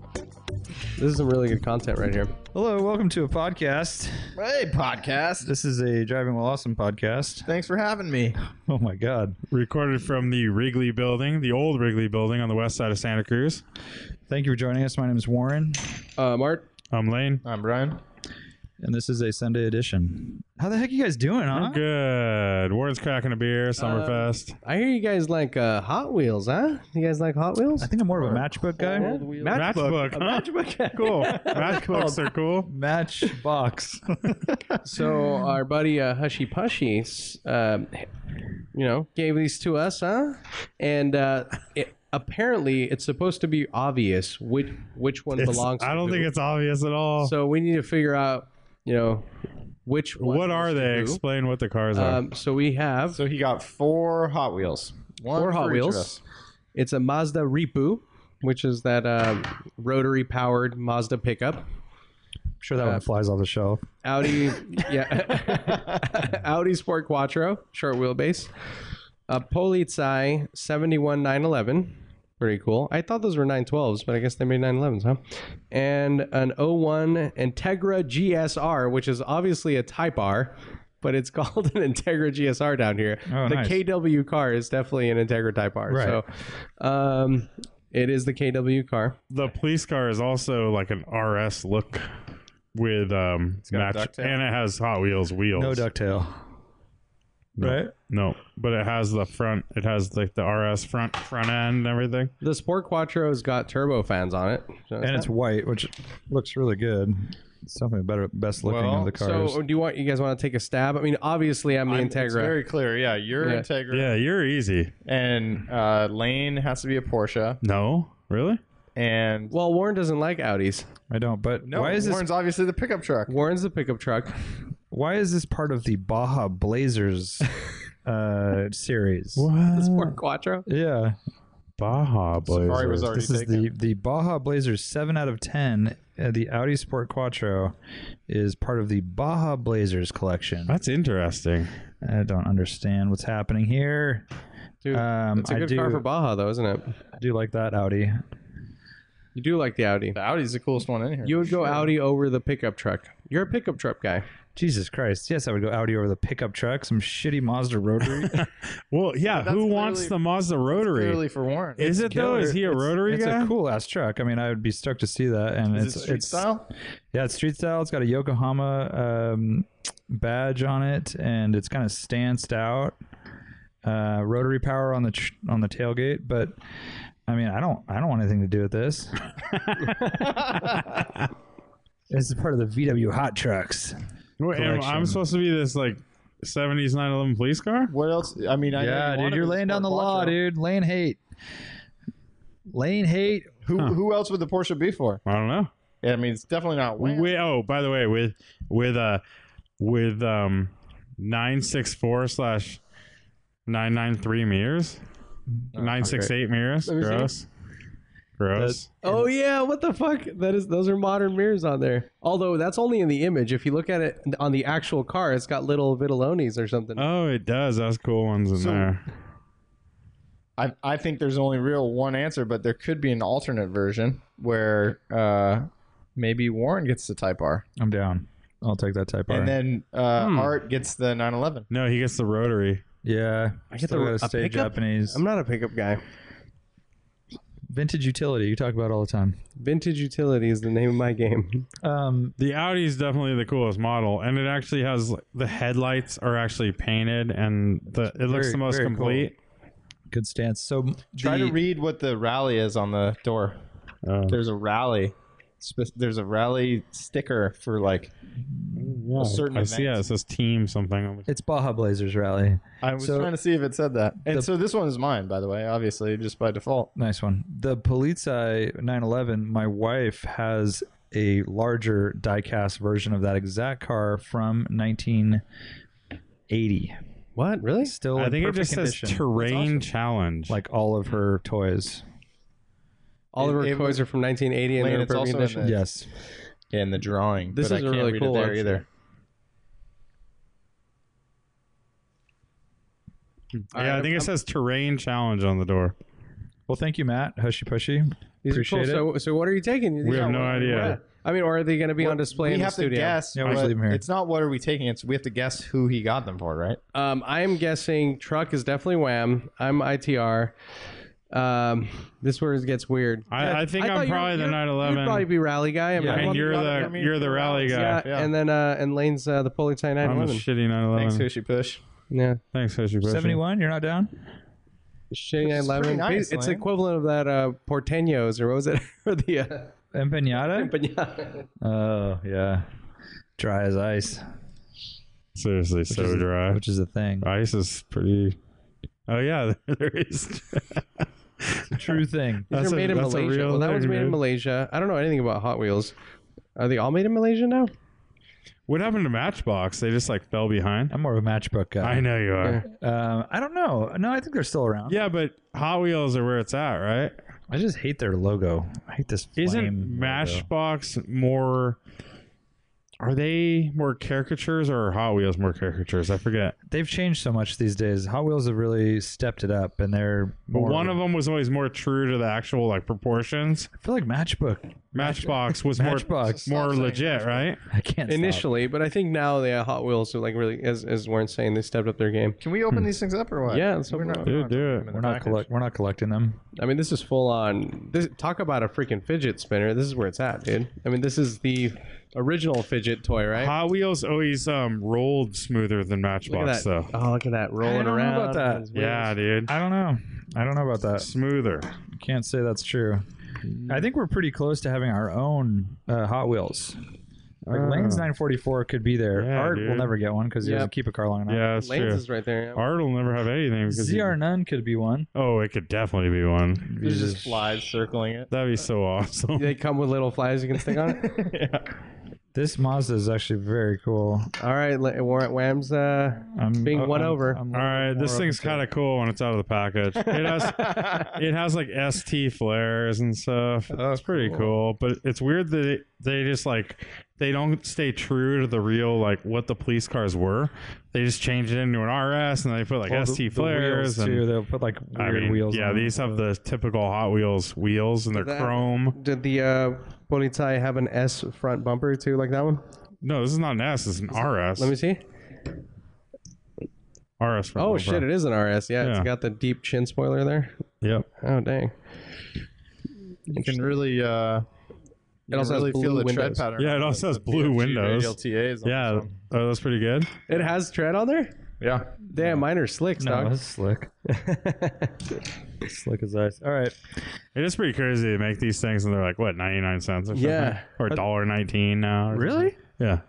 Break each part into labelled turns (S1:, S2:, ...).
S1: This is some really good content right here.
S2: Hello, welcome to a podcast.
S3: hey, podcast.
S2: This is a Driving While Awesome podcast.
S3: Thanks for having me.
S2: Oh my God.
S4: Recorded from the Wrigley building, the old Wrigley building on the west side of Santa Cruz.
S2: Thank you for joining us. My name is Warren,
S1: Uh, Mart,
S4: I'm Lane.
S3: I'm Brian.
S2: and this is a Sunday edition. How the heck you guys doing, huh?
S4: Good. Warren's cracking a beer, Summerfest.
S1: I hear you guys like uh, Hot Wheels, huh? You guys like Hot Wheels?
S2: I think I'm more of a matchbook guy.
S4: Matchbook. huh?
S1: Matchbook.
S4: Cool. Matchbooks are cool.
S2: Matchbox.
S1: So our buddy uh, Hushy Pushy, s- um, you know, gave these to us, huh? And uh, it, apparently, it's supposed to be obvious which which one
S4: It's-
S1: belongs.
S4: I
S1: to
S4: don't
S1: who.
S4: think it's obvious at all.
S1: So we need to figure out, you know, which one
S4: what are
S1: is
S4: they?
S1: who.
S4: Explain what the cars are.
S1: Um, so we have
S3: So he got four Hot Wheels. One
S1: Four Hot
S3: for each of
S1: Wheels.
S3: us.
S1: It's a Mazda Repu, which is that um, rotary powered Mazda pickup.
S2: sure that one flies off the shelf.
S1: Audi, yeah, Audi Sport Quattro, short wheelbase. A Polizei 71911, pretty cool. I thought those were 912s, but I guess they made 911s, huh? And an 01 Integra GSR, which is obviously a Type R, but it's called an Integra GSR down here.
S2: Oh,
S1: the
S2: nice.
S1: KW car is definitely an Integra Type R.
S2: Right.
S1: So, um, it is the KW car.
S4: the police car is also like an RS look with um
S3: got a
S4: match,
S3: ducktail.
S4: and it has Hot Wheels wheels.
S2: No ducktail.
S4: No.
S2: Right?
S4: No, but it has the front. It has like the RS front front end and everything.
S1: The Sport Quattro's got turbo fans on it. So
S2: And it's white, which looks really good. It's definitely better, best looking
S3: Well,
S2: of the cars.
S1: So, do you want you guys want to take a stab? I mean, obviously, I'm the
S3: I'm- it's
S1: Integra.
S3: very clear. Yeah, you're
S1: Yeah.
S3: Integra.
S4: Yeah, you're easy.
S3: And uh, Lane has to be a Porsche.
S4: No, really?
S3: And
S1: well, Warren doesn't like Audis.
S2: I don't, but
S3: no,
S2: why is this
S3: Warren's obviously the pickup truck.
S1: Warren's the pickup truck.
S2: why is this part of the Baja Blazers uh series?
S1: The
S4: What?
S3: Mm.
S1: Sport Quattro.
S2: Yeah.
S4: Baja
S3: Safari was
S4: Blazers.
S3: already
S2: This is
S3: taken.
S2: the, the Baja Blazers 7 out of 10. Uh, the Audi Sport Quattro is part of the Baja Blazers collection.
S4: That's interesting.
S2: I don't understand what's happening here.
S1: Dude,
S2: Um,
S1: it's a
S2: I
S1: good
S2: do,
S1: car for Baja, though, isn't it?
S2: I do like that Audi.
S1: You do like the Audi.
S3: the Audi's the coolest one in here.
S1: You would go Audi over the pickup truck. You're a pickup truck guy.
S2: Jesus Christ. Yes, I would go Audi over the pickup truck, some shitty Mazda rotary.
S4: Well, yeah.
S3: that's
S4: Who wants
S3: clearly-
S4: the Mazda rotary?
S3: Clearly for Warren.
S4: is it though? Is he a
S2: It's-
S4: rotary
S2: it's,
S4: guy?
S2: a cool ass truck. I mean, I would be stoked to see that. And
S3: Is
S2: it's
S3: it street
S2: it's,
S3: style?
S2: Yeah, it's street style. It's got a Yokohama um, badge on it, and it's kind of stanced out. Uh, rotary power on the tr- on the tailgate, but I mean, I don't I don't want anything to do with this. this is part of the VW hot trucks.
S4: Wait, am-
S2: collection.
S4: I'm supposed to be this like 70s 911 police car?
S3: What else? I mean, I know
S2: yeah,
S3: you
S2: dude,
S3: wanted
S2: you're
S3: the
S2: laying down the
S3: Sport
S2: law,
S3: Quattro.
S2: dude. Lane hate, lane hate.
S3: Who who else would the Porsche be for?
S4: I don't know.
S3: Yeah, I mean, it's definitely not Wayne.
S4: Wait, oh, by the way, with with uh with um 964 slash 993 mirrors, 968 mirrors.
S3: Oh, me see.
S4: Gross. Gross.
S1: Oh yeah, what the fuck? That is those are modern mirrors on there. Although that's only in the image. If you look at it on the actual car, it's got little vitalones or something.
S4: oh, it does. That's cool ones in
S3: So-
S4: there.
S3: I, I think there's only real one answer, but there could be an alternate version where uh, maybe Warren gets the Type R,
S2: I'm down. I'll take that type R.
S3: and then uh,
S4: Hmm.
S3: Art gets the 911.
S4: No, he gets the rotary.
S2: yeah, I
S1: get
S2: still
S1: the-
S2: gotta
S1: a
S2: stay
S1: pickup?
S2: Japanese.
S1: I'm not a pickup guy.
S2: Vintage utility you talk about all the time.
S1: Vintage utility is the name of my game.
S2: Um,
S4: The Audi is definitely the coolest model, and it actually has like, the headlights are actually painted, and the it looks
S2: Very-
S4: the most
S2: very cool.
S4: complete.
S2: good stance. So
S3: Try
S2: the,
S3: to read what the rally is on the door.
S4: Oh.
S3: There's a rally. Spe- There's a rally sticker for like
S4: Yeah,
S3: a certain
S4: I
S3: event.
S4: see. Yeah, it says team something. I'm like,
S2: It's Baja Blazers rally.
S3: I was
S2: So-
S3: trying to see if it said that. And
S2: The-
S3: so this one is mine, by the way, obviously, just by default.
S2: Nice one. The Polizei 911, my wife has a larger diecast version of that exact car from 1980.
S1: What? Really?
S2: Still
S4: I
S2: in
S4: think it
S2: perfect
S4: just says
S2: condition.
S4: terrain challenge.
S2: like all of her toys.
S1: All of
S3: It-
S1: her
S3: it
S1: toys
S3: was-
S1: are from 1980 and
S3: Lane,
S1: they're in
S3: it's
S1: perfect
S3: also in
S1: condition.
S3: the-
S2: Yes.
S3: In the drawing.
S1: This
S3: but
S1: is
S3: I
S1: a
S3: can't
S1: really
S3: read
S1: cool
S3: it there
S1: one.
S3: either.
S4: yeah, I think
S1: I'm-
S4: it says terrain challenge on the door.
S2: Well, thank you, Matt. Hushy Pushy.
S1: These are
S2: Appreciate
S1: cool. So, so what are you taking?
S4: We have
S1: Yeah,
S4: no
S1: what-
S4: idea.
S1: I mean, or are they going to be on display
S3: we
S1: in the
S3: have to
S1: studio?
S3: guess.
S2: Yeah, we just
S3: what-
S2: leave 'em here.
S3: It's not what are we taking. It's we have to guess who he got them for, right?
S1: Um, I'm guessing truck is definitely Wham. I'm ITR. Um, this where it gets weird.
S4: I, I think
S1: thought
S4: I'm
S1: you were-
S4: probably the
S1: you're-
S4: 911.
S1: You'd probably be rally guy. I'm
S2: Yeah.
S1: not-
S4: and you're
S3: the
S4: the
S3: other- I mean,
S4: you're the rally guy.
S1: yeah.
S3: yeah.
S1: and then uh, and Lane's uh, the Polizei
S4: I'm a
S1: 911.
S4: shitty 911.
S3: Thanks, Hushy Push.
S1: yeah,
S4: Thanks, Fisher.
S2: 71, you're not down?
S1: shitty
S3: is
S1: 911.
S3: pretty nice,
S1: it's the
S3: Lane.
S1: equivalent of that uh, Porteños or what was it? or the uh,
S2: Empanada?
S1: but yeah,
S2: Oh, yeah. Dry as ice,
S4: Seriously, so
S2: is-
S4: dry.
S2: which is a thing.
S4: Ice is pretty. Oh yeah, there is.
S2: True thing.
S1: These
S4: That's
S1: are
S4: a-
S1: made in
S4: that's a
S1: Malaysia.
S4: real
S1: well, that one's
S4: thing,
S1: made in
S4: dude.
S1: Malaysia. I don't know anything about Hot Wheels. Are they all made in Malaysia now?
S4: what happened to Matchbox? They just like fell behind.
S2: I'm more of a matchbook
S4: I
S2: guy.
S4: know you are.
S2: Um, I don't know. No, I think they're still around.
S4: Yeah, but Hot Wheels are where it's at, right?
S2: I just hate their logo. I hate this.
S4: Isn't
S2: flame logo.
S4: Matchbox more? Are they more caricatures or are Hot Wheels more caricatures? I forget.
S2: They've changed so much these days. Hot Wheels have really stepped it up, and they're.
S4: But
S2: more-
S4: one of them was always more true to the actual like proportions.
S2: I feel like Matchbook.
S4: Matchbox was
S2: Matchbox.
S4: more more
S3: saying
S4: legit, right?
S2: I can't. stop.
S1: Initially, but I think now the uh, Hot Wheels are like really, as as Warren's saying, they stepped up their game.
S3: Can we open these things up or what?
S1: Hmm. Yeah, let's
S3: We're
S1: open
S3: not-
S1: them up.
S4: Dude, do it.
S3: in the
S2: we're not
S3: package.
S2: collect. We're not collecting them.
S1: I mean, this is full on. This talk about a freaking fidget spinner. This is where it's at, dude. I mean, this is the original fidget toy, right?
S4: Hot Wheels always um rolled smoother than
S1: look at that.
S4: Matchbox though.
S1: Oh, look at that rolling
S2: I don't know
S1: around.
S2: about that.
S1: It's weird.
S4: Yeah, dude.
S2: I don't know. I don't know about that.
S4: Smoother.
S2: Can't say that's true. I think we're pretty close to having our own uh, Hot Wheels. Like
S4: Ah.
S2: Lane's 944 could be there.
S4: Yeah,
S2: Art will
S4: dude.
S2: never get one because he
S1: Yep.
S2: doesn't keep a car long enough.
S4: Yeah, that's
S1: Lane's
S4: true.
S1: is right there.
S4: Art will never have anything because he-
S2: ZR none could be one.
S4: oh, it could definitely be one.
S3: There's just flies circling it.
S4: That'd be so awesome.
S1: They come with little flies you can stick on it.
S2: This Mazda is actually very cool.
S1: All right, La- Warren Wham's. Uh,
S2: I'm
S1: Being won
S2: I'm-
S1: over.
S2: I'm
S4: All
S2: more
S4: right, this
S2: open
S4: thing's
S2: to it.
S4: kind of cool when it's out of the package. It has it has like ST flares and stuff. That's pretty cool, but it's weird that it, they just like they don't stay true to the real like what the police cars were. They just change it into an RS and they put like
S2: Well, the-
S4: ST
S2: the
S4: flares
S2: wheels, too.
S4: and
S2: They'll put like
S4: I
S2: weird
S4: mean,
S2: wheels.
S4: yeah,
S2: on them.
S4: these have the typical Hot Wheels wheels and they're
S1: That-
S4: chrome.
S1: did the uh, Polizei have an S front bumper too, like that one?
S4: No, this is not an S. It's an RS.
S1: Let me see.
S4: RS. front
S1: Oh
S4: bumper.
S1: shit, it is an RS. Yeah, it's
S4: Yeah.
S1: got the deep chin spoiler there.
S4: Yep.
S1: Oh dang.
S3: You can really, uh, you
S1: also
S3: can
S1: has
S3: really feel
S1: blue
S3: the tread
S1: windows.
S3: pattern.
S4: Yeah, it also has blue windows.
S3: LTAs.
S4: Yeah, oh, that's pretty good.
S1: It has tread on there.
S3: yeah.
S1: Damn, mine are slicks,
S2: No,
S1: dog.
S2: it's slick. slick as ice. All right.
S4: It is pretty crazy to make these things, and they're like what ninety nine cents or something,
S1: Yeah.
S4: or dollar nineteen now. or something. Yeah.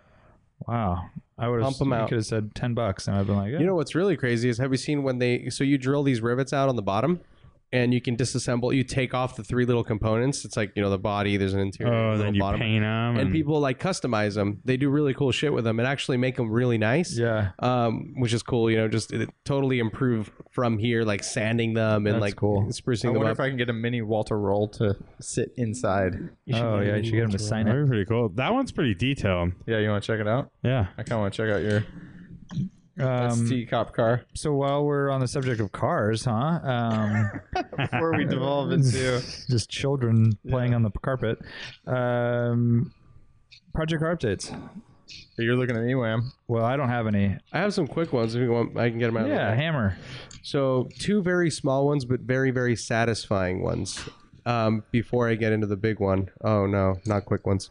S2: Wow. I would have
S1: Pump 'em out.
S2: could have said 10 bucks and I've been like, yeah.
S1: You know what's really crazy is have you seen when they so you drill these rivets out on the bottom and you can disassemble you take off the three little components. It's like, you know, the body, there's an interior,
S4: Oh,
S1: a
S4: then
S1: little
S4: you
S1: bottom.
S4: paint them,
S1: and people like customize them. They do really cool shit with them and actually make them really nice.
S2: "Oh, yeah.
S1: Um, which is cool, you know, just it, totally improve from here, like sanding them and
S2: That's
S1: like
S2: cool.
S3: I
S1: sprucing them
S3: wonder
S1: up.
S3: if I can get a mini Walter Roll to sit inside.
S2: Oh, yeah. You should get him to sign it.
S4: That'd be pretty cool. That one's pretty detailed.
S3: Yeah, you want to check it out?
S4: Yeah.
S3: I kind of want to check out your
S2: Um,
S3: ST cop car
S2: so while we're on the subject of cars, huh? Um,
S3: before we devolve into.
S2: just children playing on the carpet. Um, project car updates.
S3: You're looking at me, Wham.
S2: Well, I don't have any.
S1: I have some quick ones if you want. I can get them out. of the
S2: Yeah,
S1: way.
S2: hammer.
S1: So two very small ones, but very very satisfying ones. Um, before I get into the big one, oh no, not quick ones.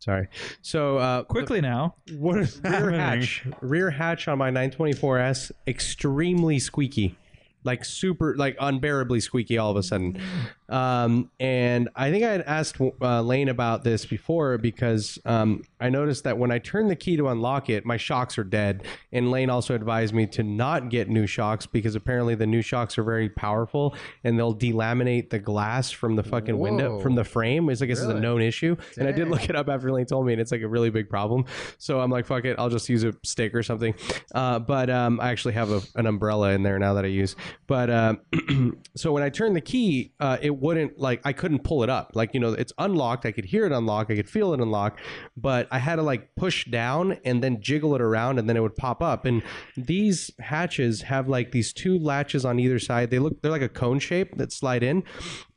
S1: Sorry. So uh,
S2: Quickly now.
S1: what is rear hatch? Rear hatch on my 924S extremely squeaky, like super, like unbearably squeaky. All of a sudden, Um, and I think I had asked uh, Lane about this before because um, I noticed that when I turn the key to unlock it, my shocks are dead. And Lane also advised me to not get new shocks because apparently the new shocks are very powerful and they'll delaminate the glass from the fucking window
S3: Whoa.
S1: from the frame. It's like this is a
S3: Really?
S1: known issue. And I did look it up after Lane told me, and it's like a really big problem. So I'm like, fuck it, I'll just use a stick or something. Uh, but um, I actually have a, an umbrella in there now that I use. But um, so when I turned the key, uh, it wouldn't like I couldn't pull it up. Like you know, it's unlocked. I could hear it unlock. I could feel it unlock. But I had to like push down and then jiggle it around, and then it would pop up. And these hatches have like these two latches on either side. They look they're like a cone shape that slide in,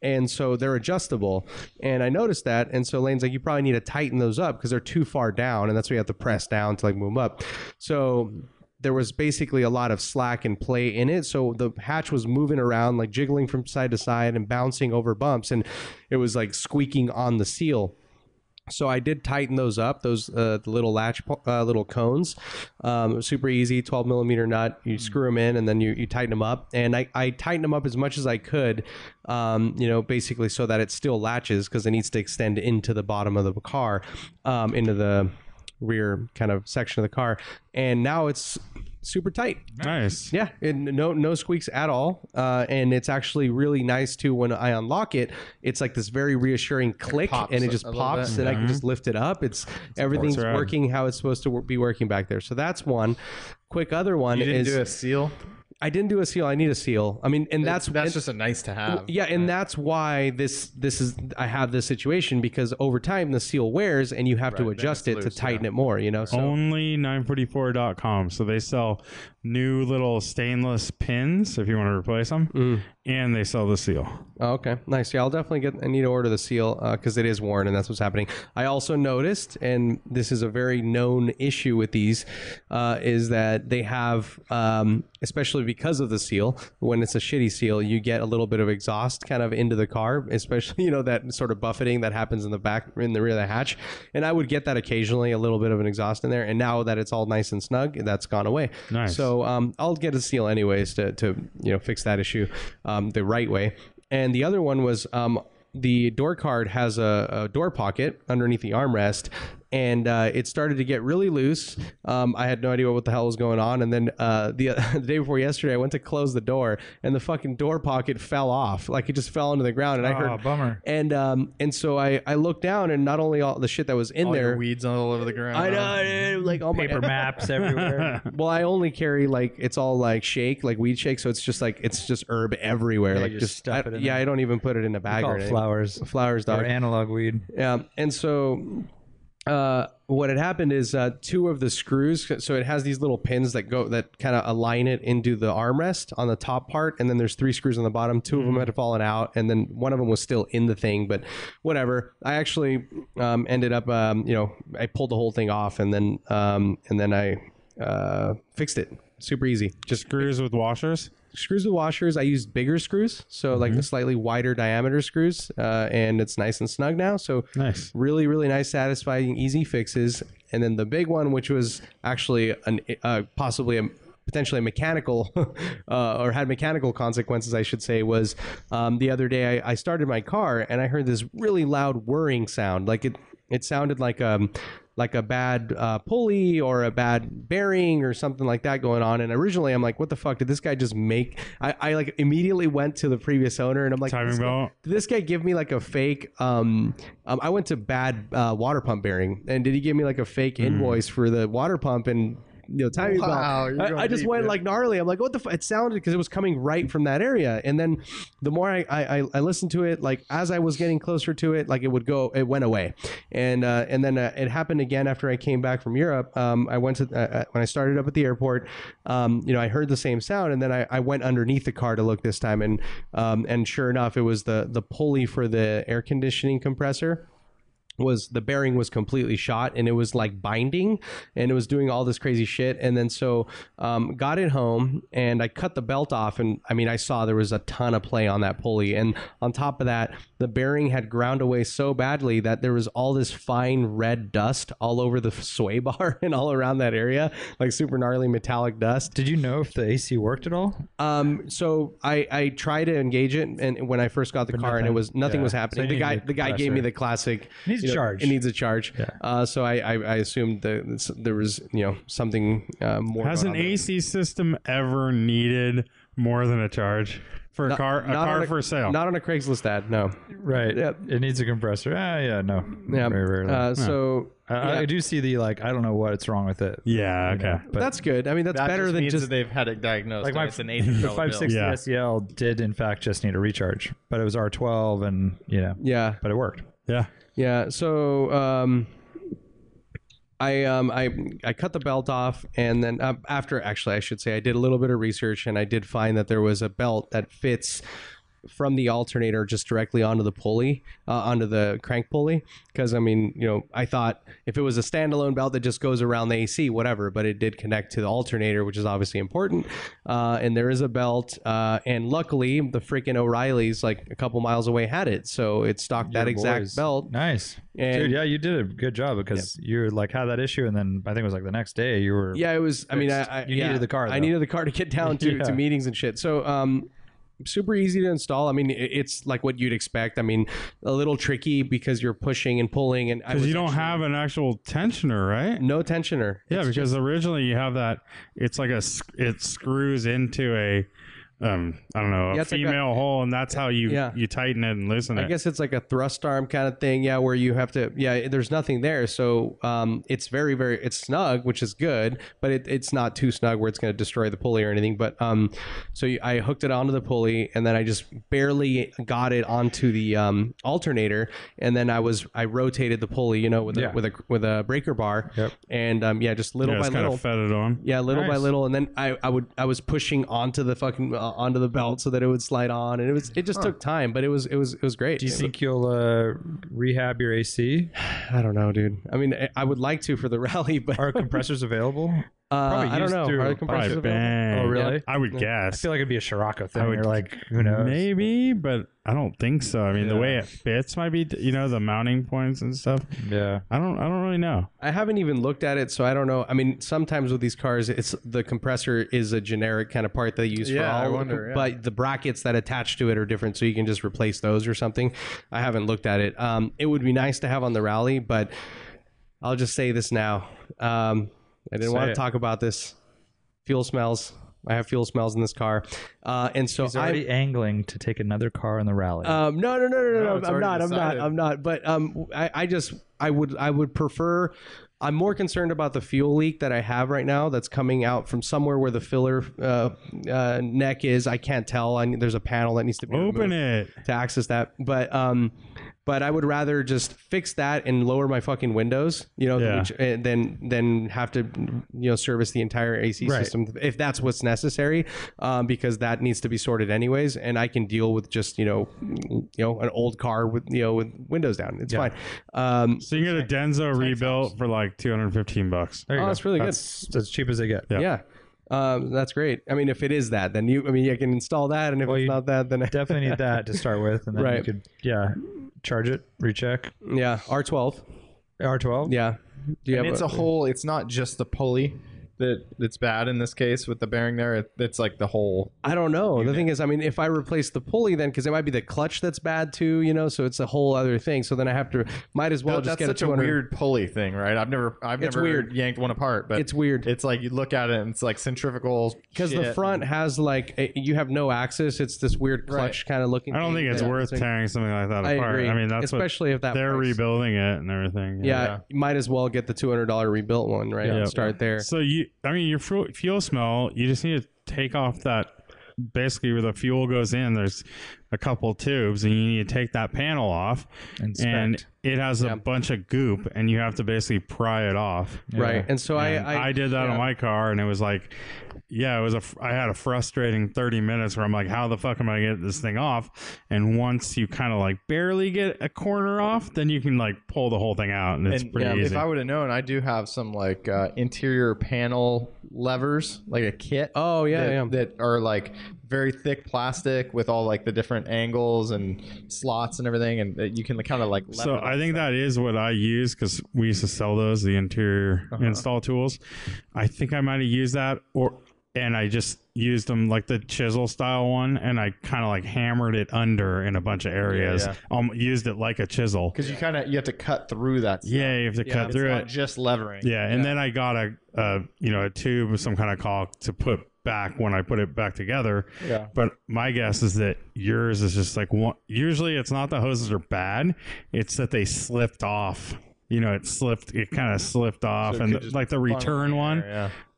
S1: and so they're adjustable. And I noticed that. And so Lane's like, you probably need to tighten those up because they're too far down, and that's why you have to press down to like move 'em up. So there was basically a lot of slack and play in it. So the hatch was moving around, like jiggling from side to side and bouncing over bumps, and it was like squeaking on the seal. So I did tighten those up, those uh, the little latch, po- uh, little cones. Um, it was super easy, 12 millimeter nut. You screw them in, and then you, you tighten them up. And I, I tightened them up as much as I could, um, you know, basically so that it still latches because it needs to extend into the bottom of the car, um, into the rear kind of section of the car. And now it's super tight.
S4: Nice.
S1: Yeah, and no no squeaks at all, uh, and it's actually really nice too. When I unlock it, it's like this very reassuring click,
S3: pops
S1: and it
S3: a-
S1: just
S3: a little
S1: pops,
S3: bit.
S1: and I can just lift it up. It's everything's
S4: rad.
S1: working how it's supposed to wor- be working back there. So that's one. Quick other one
S3: You didn't
S1: is
S3: do a seal.
S1: I didn't do a seal. I need a seal. I mean, and that's
S3: That's
S1: and-
S3: just a nice to have.
S1: yeah, and that's why this this is I have this situation because over time the seal wears and you have to adjust it to tighten it more. You know, so
S4: Only 944.com. So they sell new little stainless pins if you want to replace them,
S1: Mm.
S4: and they sell the seal.
S1: Oh, okay, nice. Yeah, I'll definitely get. I need to order the seal because it is worn, and that's what's happening. I also noticed, and this is a very known issue with these, uh, is that they have, um, especially because of the seal, when it's a shitty seal, you get a little bit of exhaust kind of into the car, especially you know that sort of buffeting that happens in the back in the rear of the hatch, and I would get that occasionally, a little bit of an exhaust in there, and now that it's all nice and snug, that's gone away.
S4: Nice.
S1: So um, I'll get a seal anyways to to you know fix that issue um, the right way and the other one was um, the door card has a, a door pocket underneath the armrest and uh, it started to get really loose um, i had no idea what the hell was going on and then uh, the, the day before yesterday i went to close the door and the fucking door pocket fell off like it just fell into the ground and i
S2: Oh,
S1: heard
S2: bummer.
S1: and um, and so I, I looked down and not only all the shit that was in
S3: All your
S1: there
S3: weeds all over the ground.
S1: i know dude, like all my
S2: Paper maps everywhere.
S1: well, I only carry like it's all like shake, like weed shake, so it's just like it's just herb everywhere. like
S2: you
S1: just,
S2: just stuff
S1: I-
S2: it in
S1: yeah,
S2: there.
S1: I don't even put it in a bag or
S2: Call it
S1: anything.
S2: flowers
S1: Flowers,
S2: or
S1: dog.
S2: analog weed.
S1: Yeah, Um, and so uh, what had happened is uh, two of the screws. So it has these little pins that go that kind of align it into the armrest on the top part, and then there's three screws on the bottom. 2 of them had fallen out, and then one of them was still in the thing. But whatever, I actually um, ended up, um, you know, I pulled the whole thing off, and then um, and then I uh, fixed it. Super easy
S4: Just screws with washers.
S1: screws with washers i used bigger screws so like the slightly wider diameter screws uh, and it's nice and snug now so
S4: Nice.
S1: really really nice satisfying easy fixes and then the big one which was actually an uh, possibly a potentially a mechanical uh, or had mechanical consequences i should say was um, the other day I, I started my car and i heard this really loud whirring sound like it it sounded like um like a bad uh, pulley or a bad bearing or something like that going on. And originally, I'm like, what the fuck did this guy just make? I, I like immediately went to the previous owner and I'm like,
S4: Timing
S1: this guy-
S4: belt.
S1: did this guy give me like a fake? Um, um I went to bad uh, water pump bearing, and did he give me like a fake
S3: Mm.
S1: invoice for the water pump and? You know, timing
S3: Wow,
S1: belt.
S3: you're
S1: I,
S3: going
S1: I just
S3: deep,
S1: went
S3: dude.
S1: like gnarly. I'm like, what the? F-? It sounded because it was coming right from that area. And then the more I, I I- I listened to it, like as I was getting closer to it, like it would go, it went away. And uh, and then uh, it happened again after I came back from Europe. Um, I went to uh, uh, when I started up at the airport. Um, you know, I heard the same sound, and then I, I went underneath the car to look this time, and um, and sure enough, it was the the pulley for the air conditioning compressor was the bearing was completely shot and it was like binding and it was doing all this crazy shit and then so um, got it home and i cut the belt off and i mean i saw there was a ton of play on that pulley and on top of that the bearing had ground away so badly that there was all this fine red dust all over the sway bar and all around that area like super gnarly metallic dust
S2: Did you know if the AC worked at all?
S1: um, so I I tried to engage it, and when I first got the car, and it was nothing was happening.
S2: you
S1: the
S2: need
S1: guy
S2: the
S1: the guy gave me the classic.
S2: Needs
S1: you know,
S2: charge.
S1: It needs a charge. Uh, so I, I I assumed that it's- there was you know something uh, more.
S4: Has
S1: going
S4: an
S1: on there.
S4: AC system ever needed more than a charge for a car? A
S1: Not on
S4: car for sale.
S1: Not on a Craigslist ad. No.
S2: Right.
S1: Yeah.
S2: It needs a compressor. Ah, yeah, no.
S1: Yeah.
S2: Very rarely.
S1: Uh, so
S2: I, I
S1: yeah.
S2: do see the like. I don't know what's wrong with it.
S4: yeah. Okay.
S2: but-
S1: that's good. I mean, that's
S3: That
S1: better
S3: just
S1: than
S3: means
S1: just
S3: that they've had it diagnosed.
S2: Like
S3: Like
S2: my-
S3: it's an eight hundred
S2: The
S3: dollar bill.
S2: 560
S4: Yeah.
S2: SEL E did in fact just need a recharge, but it was R12, and you know,
S1: yeah.
S2: but it worked.
S4: Yeah.
S1: Yeah. So um, I um, I I cut the belt off, and then uh, after actually, I should say, I did a little bit of research, and I did find that there was a belt that fits from the alternator just directly onto the pulley uh, onto the crank pulley because i mean you know i thought if it was a standalone belt that just goes around the ac whatever but it did connect to the alternator which is obviously important uh, and there is a belt uh, and luckily the freaking o'reilly's like a couple miles away had it so it stocked that
S2: Your
S1: exact
S2: boys.
S1: belt
S2: Nice,
S1: And-
S2: dude. Yeah, you did a good job because you like had that issue, and then I think it was like the next day you were.
S1: Yeah, it was. I mean, I,
S2: fixed.
S1: I
S2: You
S1: yeah,
S2: needed the car, though.
S1: I needed the car to get down to,
S2: Yeah.
S1: to meetings and shit. So, um, super easy to install. I mean, it, it's like what you'd expect. I mean, a little tricky because you're pushing and pulling, and I
S4: Because
S1: was
S4: you don't
S1: actually- Mm,
S4: have an actual tensioner, right?
S1: no tensioner.
S4: Yeah, because originally you have that. It's like a. sc- It screws into a. Um, I don't know a
S1: Yeah, it's like a-
S4: female hole, and that's how you
S1: Yeah.
S4: you tighten it and loosen
S1: I
S4: it.
S1: guess it's like a thrust arm kind of thing, yeah, where you have to, yeah, there's nothing there. So um, it's very, very, it's snug, which is good, but it, it's not too snug where it's going to destroy the pulley or anything. But um, so you, I hooked it onto the pulley and then I just barely got it onto the um, alternator. And then I was, I rotated the pulley, you know, with a,
S2: Yeah.
S1: with a, with a breaker bar.
S2: Yep.
S1: And um, yeah, just little
S4: yeah,
S1: by
S4: it's kind
S1: little.
S4: of fetted on.
S1: Yeah, little by
S2: Nice.
S1: little, and then I, I would I was pushing onto the fucking uh, onto the belt so that it would slide on, and it was it just took time, but it was it was it was great.
S2: Do you
S1: It
S2: think you'll uh, rehab your AC?
S1: I don't know, dude. I mean, I- I would like to for the rally, but uh,
S2: Are compressors available?
S1: I don't
S2: used
S1: know.
S2: through-
S1: Are
S2: probably
S1: the compressors
S4: Probably
S1: available?
S4: bang.
S2: Oh, really?
S4: I would
S2: I
S4: guess.
S2: feel like it'd be a Scirocco thing.
S4: would-
S2: You're like, who knows?
S4: Maybe, but I don't think so. I mean, the
S2: Yeah.
S4: way it fits might be, you know, the mounting points and stuff.
S2: Yeah.
S4: I don't, I don't really know.
S1: I haven't even looked at it, so I don't know. I mean, sometimes with these cars, it's the compressor is a generic kind of part they use
S3: Yeah, I
S1: for all.
S3: wonder, yeah.
S1: But the brackets that attach to it are different, so you can just replace those or something. I haven't looked at it. Um, it would be nice to have on the rally, but I'll just say this now. Um, I didn't want to
S2: it.
S1: talk about this. Fuel smells. I have fuel smells in this car, uh, and so
S2: He's
S1: I
S2: already angling to take another car in the rally.
S1: Um, no, no, no, no, no,
S3: No,
S1: no.
S3: it's
S1: I'm
S3: already
S1: not. I'm
S3: decided.
S1: not. I'm not. But um, I, I just, I would, I would prefer. I'm more concerned about the fuel leak that I have right now. That's coming out from somewhere where the filler uh, uh, neck is. I can't tell. I, need- there's a panel that needs to be
S4: Open
S1: removed
S4: it.
S1: to access that. But um, but I would rather just fix that and lower my fucking windows, you know,
S4: Yeah.
S1: which- and then then have to you know service the entire AC system if that's what's necessary, um, because that needs to be sorted anyways. And I can deal with just you know you know an old car with you know with windows down. It's fine. Um,
S4: So you can get a Denso rebuilt for like 215 bucks.
S2: there you
S1: oh,
S2: go.
S1: that's really good.
S2: That's as cheap as they get.
S4: Yeah.
S1: yeah. Um, that's great. I mean, if it is that, then you, I mean, you can install that, and if it's
S2: you
S1: not that, then
S2: Definitely need that to start with, and then you
S1: Right.
S2: could, yeah, charge it, recheck.
S1: yeah, R12,
S2: R12.
S1: yeah. Do you
S3: And it's a whole. It's not just the pulley that that's bad in this case with the bearing there. It, it's like the whole.
S1: I don't know. The thing is, I mean, if I replace the pulley, then because it might be the clutch that's bad too, you know, so it's a whole other thing. So then I have to, might as well
S3: Well, that's
S1: just get
S3: such
S1: a
S3: a
S1: 200.
S3: weird pulley thing, right? I've never. I've
S1: It's
S3: never
S1: weird.
S3: yanked one apart, but
S1: It's weird.
S3: It's like you look at it and it's like centrifugal.
S1: because the
S3: shit.
S1: front has like a, you have no axis. It's this weird clutch kind of looking.
S4: I don't
S1: thing
S4: think it's
S1: that-
S4: worth tearing something like that
S1: I
S4: apart.
S1: agree.
S4: I mean, that's what
S1: especially if that
S4: they're
S1: price-
S4: rebuilding it and everything.
S1: Yeah, you might as well get the two hundred dollar rebuilt one, right?
S4: Yeah.
S1: And start there.
S4: So you, I mean, your fuel, fuel smell. You just need to take off that. Basically, where the fuel goes in, there's a couple tubes, and you need to take that panel off.
S2: Inspect.
S4: And it has a bunch of goop, and you have to basically pry it off.
S1: Right. And so
S4: And
S1: I, I,
S4: I, did that
S1: yeah.
S4: on my car, and it was like, yeah, it was a. fr- I had a frustrating thirty minutes where I'm like, how the fuck am I gonna get this thing off? And once you kind of like barely get a corner off, then you can like pull the whole thing out, and it's
S3: And
S4: pretty
S3: yeah, if
S4: easy.
S3: I would have known, I do have some like uh, interior panel levers, like a kit.
S1: Oh, yeah,
S3: that,
S1: yeah.
S3: that are like very thick plastic with all like the different angles and slots and everything, and that you can kind of like.
S4: so
S3: lever
S4: I
S3: them.
S4: think that is what I use because we used to sell those the interior
S3: Uh-huh.
S4: install tools. I think I might have used that, or and I just used them like the chisel style one, and I kind of like hammered it under in a bunch of areas.
S3: yeah.
S4: Um, used it like a chisel.
S3: because you kind of you have to cut through that. stuff.
S4: Yeah, you have to
S3: Yeah,
S4: cut
S3: it's
S4: through
S3: not
S4: it.
S3: Just levering.
S4: Yeah, and then I got a, a you know a tube of some kind of caulk to put back when I put it back together.
S3: Yeah.
S4: But my guess is that yours is just like one. Usually, it's not the hoses are bad; it's that they slipped off. You know, it slipped. It kind of slipped off,
S3: it
S4: and
S3: could
S4: the-
S3: just
S4: like the
S3: funnel
S4: return
S3: in
S4: one.
S3: there,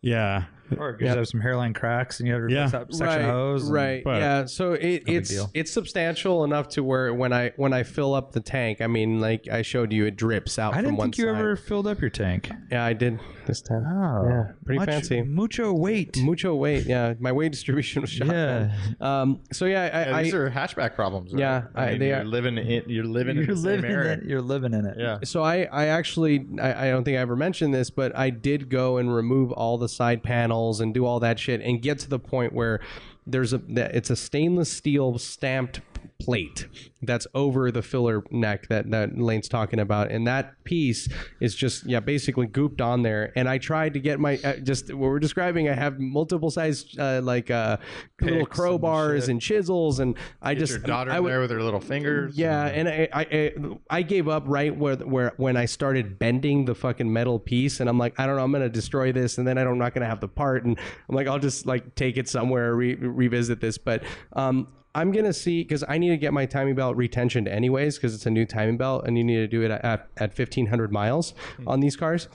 S3: yeah.
S4: Yeah.
S2: Or you just have some hairline cracks and you have to
S4: Yeah.
S2: replace that section
S1: right,
S2: hose. and-
S1: Right.
S4: but-
S1: yeah. So it, it's
S2: deal.
S1: it's substantial enough to where when I when I fill up the tank, I mean, like I showed you, it drips out.
S2: I
S1: from
S2: didn't
S1: one
S2: think you
S1: side.
S2: ever filled up your tank.
S1: Yeah, I did this time.
S2: Oh,
S1: Yeah, pretty
S2: much-
S1: fancy.
S2: Mucho weight.
S1: Mucho weight. Yeah, my weight distribution was shot.
S2: Yeah.
S1: Um. So yeah, I,
S3: Yeah,
S1: I
S3: these are hatchback problems. right?
S1: Yeah, I-
S3: I mean,
S1: they
S3: you're
S1: are-
S3: living in you're living in
S2: You're
S3: the same
S2: living in
S3: area.
S2: it. You're living in it.
S3: Yeah,
S1: so I, I actually I, I don't think I ever mentioned this, but I did go and remove all the side panels and do all that shit and get to the point where there's a that it's a stainless steel stamped plate that's over the filler neck that that Lane's talking about and that piece is just yeah basically gooped on there and I tried to get my uh, just what we're describing I have multiple sized uh, like uh, little crowbars and, chisels and I just
S3: your daughter
S1: I
S3: in
S1: would-
S3: there with her little fingers.
S1: yeah, and I, I I I gave up right where where when I started bending the fucking metal piece, and I'm like, I don't know, I'm gonna destroy this, and then I don't, I'm not gonna have the part, and I'm like, I'll just like take it somewhere, re- revisit this, but um. I'm gonna see because I need to get my timing belt retentioned anyways because it's a new timing belt and you need to do it at, at 1500 miles on these cars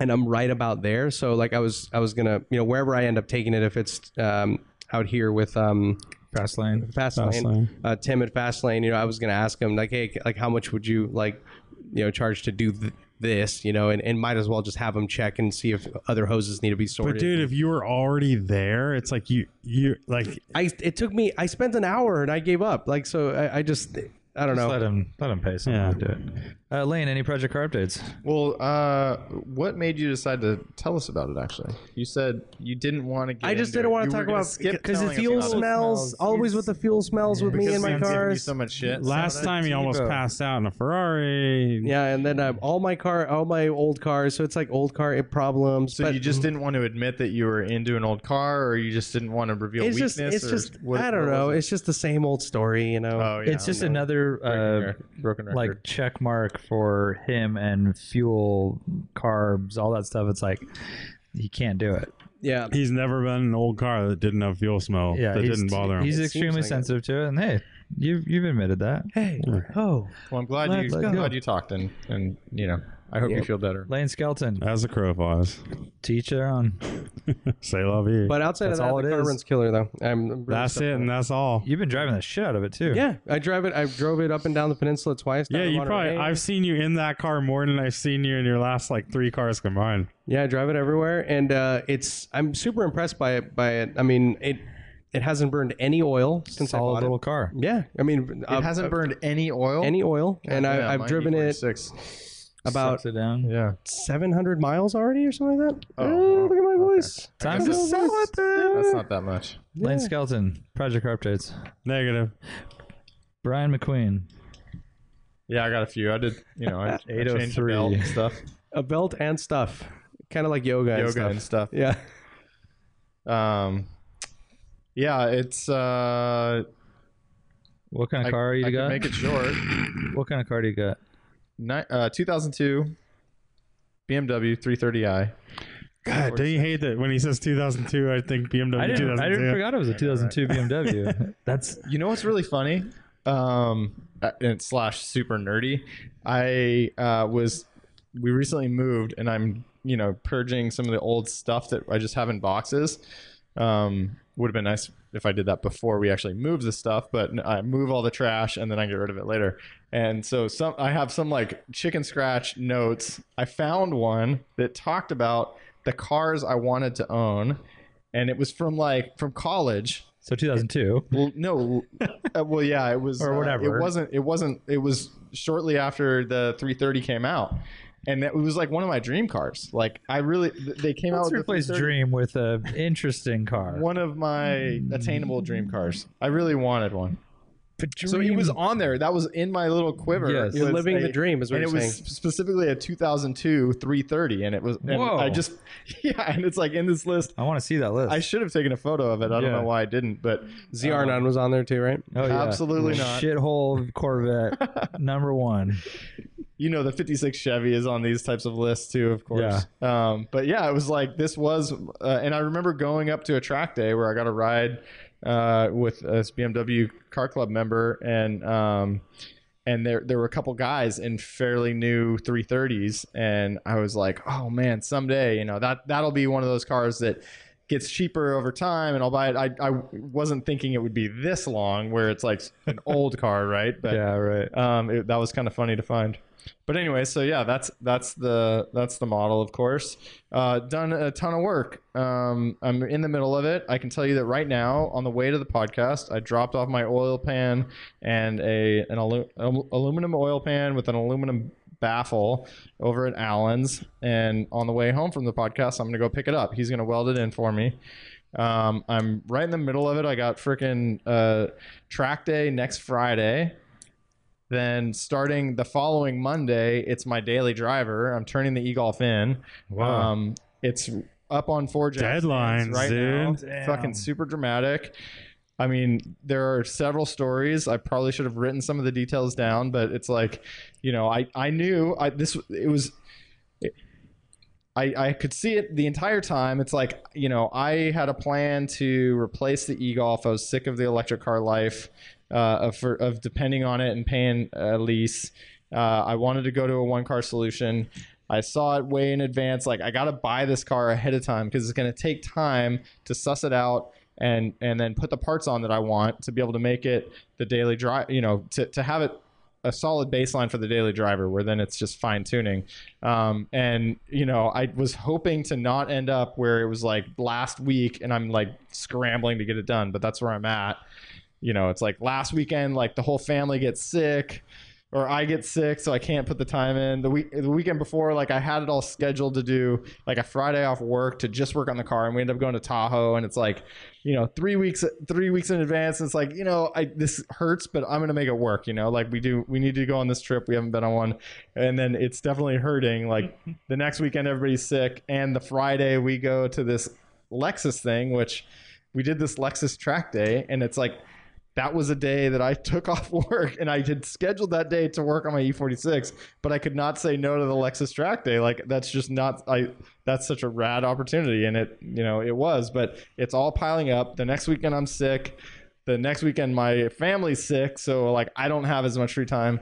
S1: and I'm right about there. So like I was I was gonna you know wherever I end up taking it if it's um, out here with um,
S2: Fast lane.
S1: Fastlane,
S4: Fastlane.
S1: Uh, Tim at Fastlane, you know, I was gonna ask him like, hey, like how much would you like, you know, charge to do th- this, you know, and, and might as well just have him check and see if other hoses need to be sorted.
S4: But dude, if you were already there, it's like you you like
S1: I it took me, I spent an hour and I gave up. Like so, I, I just, I don't
S2: Just
S1: know.
S2: let him let him pay someone
S4: Yeah.
S2: to do it. Uh, Lane, any project car updates?
S3: Well, uh, what made you decide to tell us about it? Actually, you said you didn't want to. get
S1: I just
S3: into
S1: didn't
S3: it.
S1: want
S3: You
S1: to
S3: were
S1: talk
S3: gonna
S1: about
S3: skip
S1: because the
S3: telling us
S1: fuel
S3: about it.
S1: smells, always with the fuel smells with me
S3: Because Sam's
S1: and my
S3: giving you
S1: cars.
S3: so much shit.
S4: last time he almost
S2: Tebow.
S4: passed out in a Ferrari.
S1: Yeah, and then um, all my car, all my old cars. So it's like old car problems.
S3: So
S1: but
S3: you just didn't want to admit that you were into an old car, or you just didn't want to reveal
S1: it's
S3: weakness.
S1: just, it's
S3: or
S1: just,
S3: what-
S1: I don't
S3: what
S1: know.
S3: was it?
S1: It's just the same old story, you know.
S3: Oh, yeah.
S2: it's just another uh,
S3: broken record.
S2: like check mark for him and fuel, carbs, all that stuff. It's like he can't do it.
S1: Yeah.
S4: He's never been in an old car that didn't have fuel smell.
S2: Yeah,
S4: that
S2: he's-
S4: didn't bother him.
S2: He's
S1: It seems
S2: extremely
S1: like it.
S2: sensitive to it, and hey, you've you've admitted that.
S1: Hey. Oh.
S3: well, I'm glad you
S2: Let's go.
S3: glad you talked, and and you know, I hope you feel better.
S2: Lane Skelton,
S4: As the crow flies,
S2: teach their own.
S4: say love you.
S1: But outside
S2: That's
S1: of that,
S2: all
S1: the
S2: it
S1: car
S2: is.
S1: runs killer though. I'm. I'm really
S4: that's
S1: stuck
S4: it,
S1: on
S4: and that's all.
S2: You've been driving the shit out of it too.
S1: Yeah, I drive it. I drove it up and down the peninsula twice. down
S4: Yeah,
S1: to
S4: you
S1: Monterey.
S4: probably. I've seen you in that car more than I've seen you in your last like three cars combined.
S1: Yeah, I drive it everywhere, and uh, it's. I'm super impressed by it. By it. I mean it. It hasn't burned any oil since I
S2: Solid
S1: bought
S2: little
S1: it.
S2: car.
S1: Yeah, I mean uh,
S3: It hasn't burned any oil.
S1: any oil, and I,
S3: Yeah,
S1: I've
S3: mine
S1: driven it
S3: E46.
S1: about
S2: Sucks it down.
S3: Yeah.
S1: 700 miles already or something like that.
S3: Oh,
S1: Eh,
S3: oh,
S1: look at my voice.
S2: Time to
S1: Look at my
S2: sell
S1: voice.
S3: That's not that much.
S2: Lane Skelton, project car updates.
S4: Negative.
S2: Brian McQueen.
S3: Yeah, I got a few. I did, you know, I, I
S1: oh
S3: changed the
S2: 803.
S3: belt and stuff,
S1: A belt and stuff, kind of like yoga.
S3: yoga
S1: and stuff.
S3: and stuff.
S1: Yeah.
S3: Um, yeah, it's uh,
S2: What kind of
S3: I,
S2: car you
S3: I could
S2: got?
S3: make it short.
S2: What kind of car do you got?
S3: Ni- uh, 2002 BMW 330i.
S4: God, don't you hate that when he says 2002? I think BMW
S2: I didn't. I
S4: 2002.
S2: didn't forgot it was a 2002 BMW. That's
S3: You know what's really funny? Um, uh, and slash super nerdy. I uh, was we recently moved, and I'm you know purging some of the old stuff that I just have in boxes. Um, would have been nice if I did that before we actually move the stuff, but n- I move all the trash and then I get rid of it later. And so some I have some like chicken scratch notes. I found one that talked about the cars I wanted to own and it was from like from college.
S2: So 2002.
S3: Well, no, uh, well yeah, it was
S2: Or
S3: uh,
S2: whatever.
S3: it wasn't it wasn't it was shortly after the 330 came out. And that it was like one of my dream cars. Like I really th- they came out
S2: Let's
S3: with the
S2: replace
S3: 330
S2: dream with a interesting car.
S3: one of my attainable dream cars. I really wanted one. So it was on there. That was in my little quiver.
S2: Yes.
S1: You're
S3: Was
S1: living
S3: a-
S1: the dream, is what
S3: And it
S1: you're
S3: was
S1: saying.
S3: specifically a 2002 330, and it was. And
S2: Whoa.
S3: I just, yeah, and it's like in this list.
S2: I want to see that list.
S3: I should have taken a photo of it. I don't
S2: Yeah.
S3: know why I didn't, but
S1: ZR9
S3: um,
S1: was on there too, right?
S2: oh, yeah.
S3: absolutely not.
S2: Shithole Corvette number one.
S3: you know the 56 Chevy is on these types of lists too, of course. Um, but yeah, it was like this was, uh, and I remember going up to a track day where I got a ride uh, with this BMW car club member, and um, and there there were a couple guys in fairly new 330s, and I was like, oh man, someday you know that that'll be one of those cars that gets cheaper over time and I'll buy it. I, I wasn't thinking it would be this long where it's like an old car, right? But
S2: Yeah, right.
S3: um, it, that was kind of funny to find. But anyway, so yeah, that's that's the that's the model, of course. Uh, done a ton of work. Um, I'm in the middle of it. I can tell you that right now, on the way to the podcast, I dropped off my oil pan and a an alu- al- aluminum oil pan with an aluminum baffle over at Allen's. And on the way home from the podcast, I'm gonna go pick it up. He's gonna weld it in for me. Um, I'm right in the middle of it. I got freaking uh, track day next Friday. Then starting the following Monday, it's my daily driver. I'm turning the e-golf in.
S4: Wow.
S3: Um, it's up on four Jack stands
S4: Deadlines,
S3: right now.
S4: dude.
S3: Fucking super dramatic. I mean, there are several stories. I probably should have written some of the details down, but it's like, you know, I I knew I this it was I, I could see it the entire time. It's like, you know, I had a plan to replace the e golf. I was sick of the electric car life, uh, of, for, of depending on it and paying a lease. Uh, I wanted to go to a one car solution. I saw it way in advance. Like, I got to buy this car ahead of time because it's going to take time to suss it out and and then put the parts on that I want to be able to make it the daily drive, you know, to, to have it a solid baseline for the daily driver where then it's just fine tuning um, and you know i was hoping to not end up where it was like last week and i'm like scrambling to get it done but that's where i'm at you know it's like last weekend like the whole family gets sick or i get sick so i can't put the time in the week the weekend before like i had it all scheduled to do like a friday off work to just work on the car and we end up going to tahoe and it's like you know three weeks three weeks in advance and it's like you know i this hurts but i'm gonna make it work you know like we do we need to go on this trip we haven't been on one and then it's definitely hurting like the next weekend everybody's sick and the friday we go to this lexus thing which we did this lexus track day and it's like that was a day that I took off work and I had scheduled that day to work on my E46, but I could not say no to the Lexus track day. Like that's just not I that's such a rad opportunity and it, you know, it was, but it's all piling up. The next weekend I'm sick. The next weekend my family's sick, so like I don't have as much free time.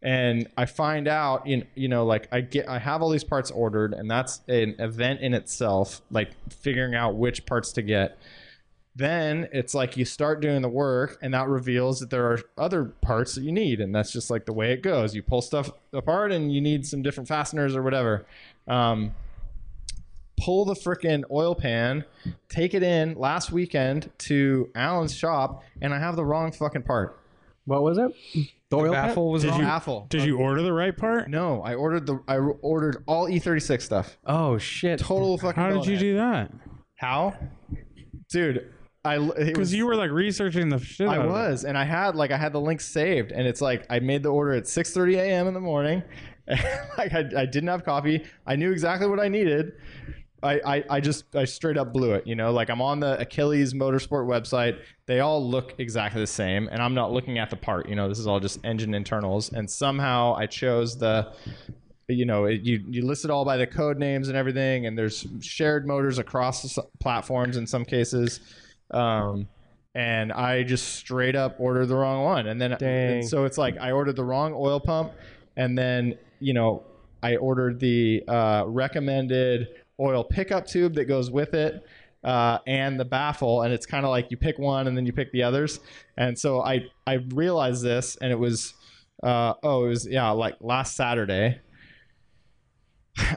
S3: And I find out in you know, like I get I have all these parts ordered and that's an event in itself, like figuring out which parts to get then it's like you start doing the work and that reveals that there are other parts that you need and that's just like the way it goes you pull stuff apart and you need some different fasteners or whatever um, pull the frickin' oil pan take it in last weekend to alan's shop and i have the wrong fucking part
S1: What was it? The oil pan?
S2: Baffle was
S4: Did
S2: on.
S4: you-
S3: Baffle.
S4: Did you order the right part?
S3: no i ordered the i ordered all e36 stuff
S1: Oh shit!
S3: total fucking
S4: How did you
S3: bonehead.
S4: do that?
S3: how dude i
S4: Because you were like researching the shit. out
S3: I
S4: of it.
S3: was, and I had like I had the link saved, and it's like I made the order at 6:30 a.m. in the morning. like I, I didn't have coffee. I knew exactly what I needed. I, I, I just I straight up blew it, you know. Like I'm on the Achilles Motorsport website. They all look exactly the same, and I'm not looking at the part. You know, this is all just engine internals, and somehow I chose the you know it, you you list it all by the code names and everything and there's shared motors across the s- platforms in some cases um and i just straight up ordered the wrong one and then and so it's like i ordered the wrong oil pump and then you know i ordered the uh, recommended oil pickup tube that goes with it uh, and the baffle, and it's kind of like you pick one and then you pick the others. And so I I realized this, and it was uh, oh it was yeah like last Saturday.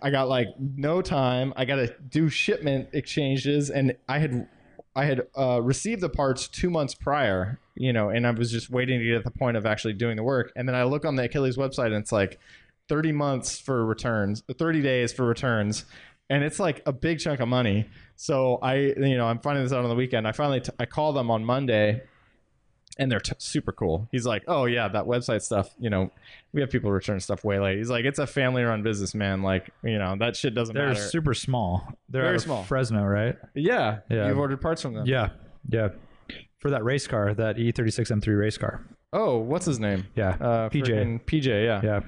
S3: I got like no time. I got to do shipment exchanges, and I had I had uh, received the parts two months prior, you know, and I was just waiting to get at the point of actually doing the work. And then I look on the Achilles website, and it's like thirty months for returns, thirty days for returns, and it's like a big chunk of money. So I, you know, I'm finding this out on the weekend. I finally t- I call them on Monday and they're t- super cool. He's like, oh yeah, that website stuff. You know, we have people return stuff way late. He's like, it's a family-run business, man. Like, you know, that shit doesn't
S2: They're
S3: matter.
S2: super small. They're
S3: Very
S2: out of
S3: small.
S2: Fresno, right?
S3: yeah,
S2: Yeah.
S3: You've ordered parts from them.
S2: Yeah, yeah. For that race car, that E E36 M3 race car.
S3: Oh, what's his name?
S2: Yeah,
S3: Uh,
S2: PJ.
S3: freaking PJ. Yeah.
S2: Yeah.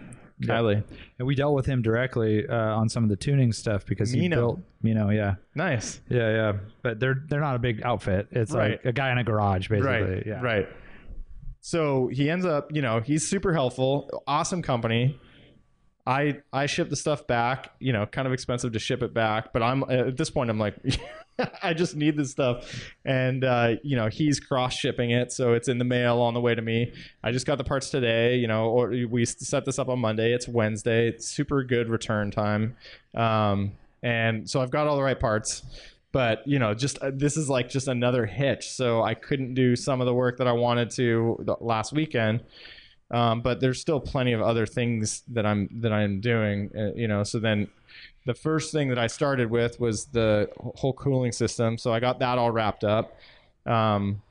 S3: Kylie.
S2: And we dealt with him directly uh, on some of the tuning stuff because he
S3: Mino.
S2: built Mino. Yeah,
S3: Nice.
S2: yeah, yeah. But they're they're not a big outfit. It's
S3: Right.
S2: like a guy in a garage, basically.
S3: Right.
S2: Yeah.
S3: Right. So he ends up, you know, he's super helpful, awesome company. I I ship the stuff back, you know, kind of expensive to ship it back, but I'm at this point I'm like I just need this stuff and uh, you know, he's cross shipping it, so it's in the mail on the way to me. I just got the parts today, you know, or we set this up on Monday, it's Wednesday, it's super good return time. Um and so I've got all the right parts but you know just uh, this is like just another hitch so i couldn't do some of the work that i wanted to the last weekend um, but there's still plenty of other things that i'm that i'm doing uh, you know so then the first thing that i started with was the whole cooling system so i got that all wrapped up um,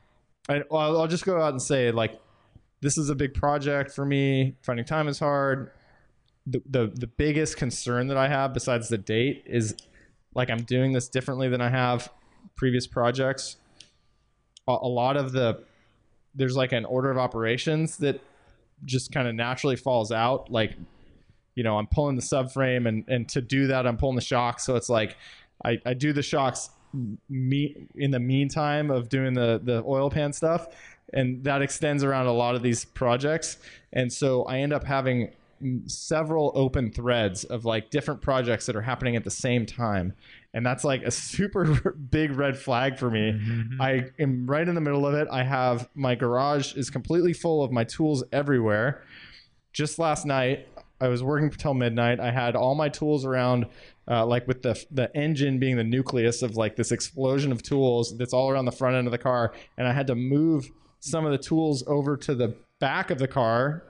S3: I, I'll, I'll just go out and say like this is a big project for me finding time is hard the, the the biggest concern that i have besides the date is like I'm doing this differently than I have previous projects. A, a lot of the there's like an order of operations that just kind of naturally falls out. Like, you know, I'm pulling the subframe and and to do that I'm pulling the shocks. So it's like I, I do the shocks me in the meantime of doing the the oil pan stuff and that extends around a lot of these projects and so i end up having several open threads of like different projects that are happening at the same time and that's like a super big red flag for me i am right in the middle of it i have my garage is completely full of my tools everywhere just last night i was working till midnight i had all my tools around uh, like with the the engine being the nucleus of like this explosion of tools that's all around the front end of the car and i had to move some of the tools over to the back of the car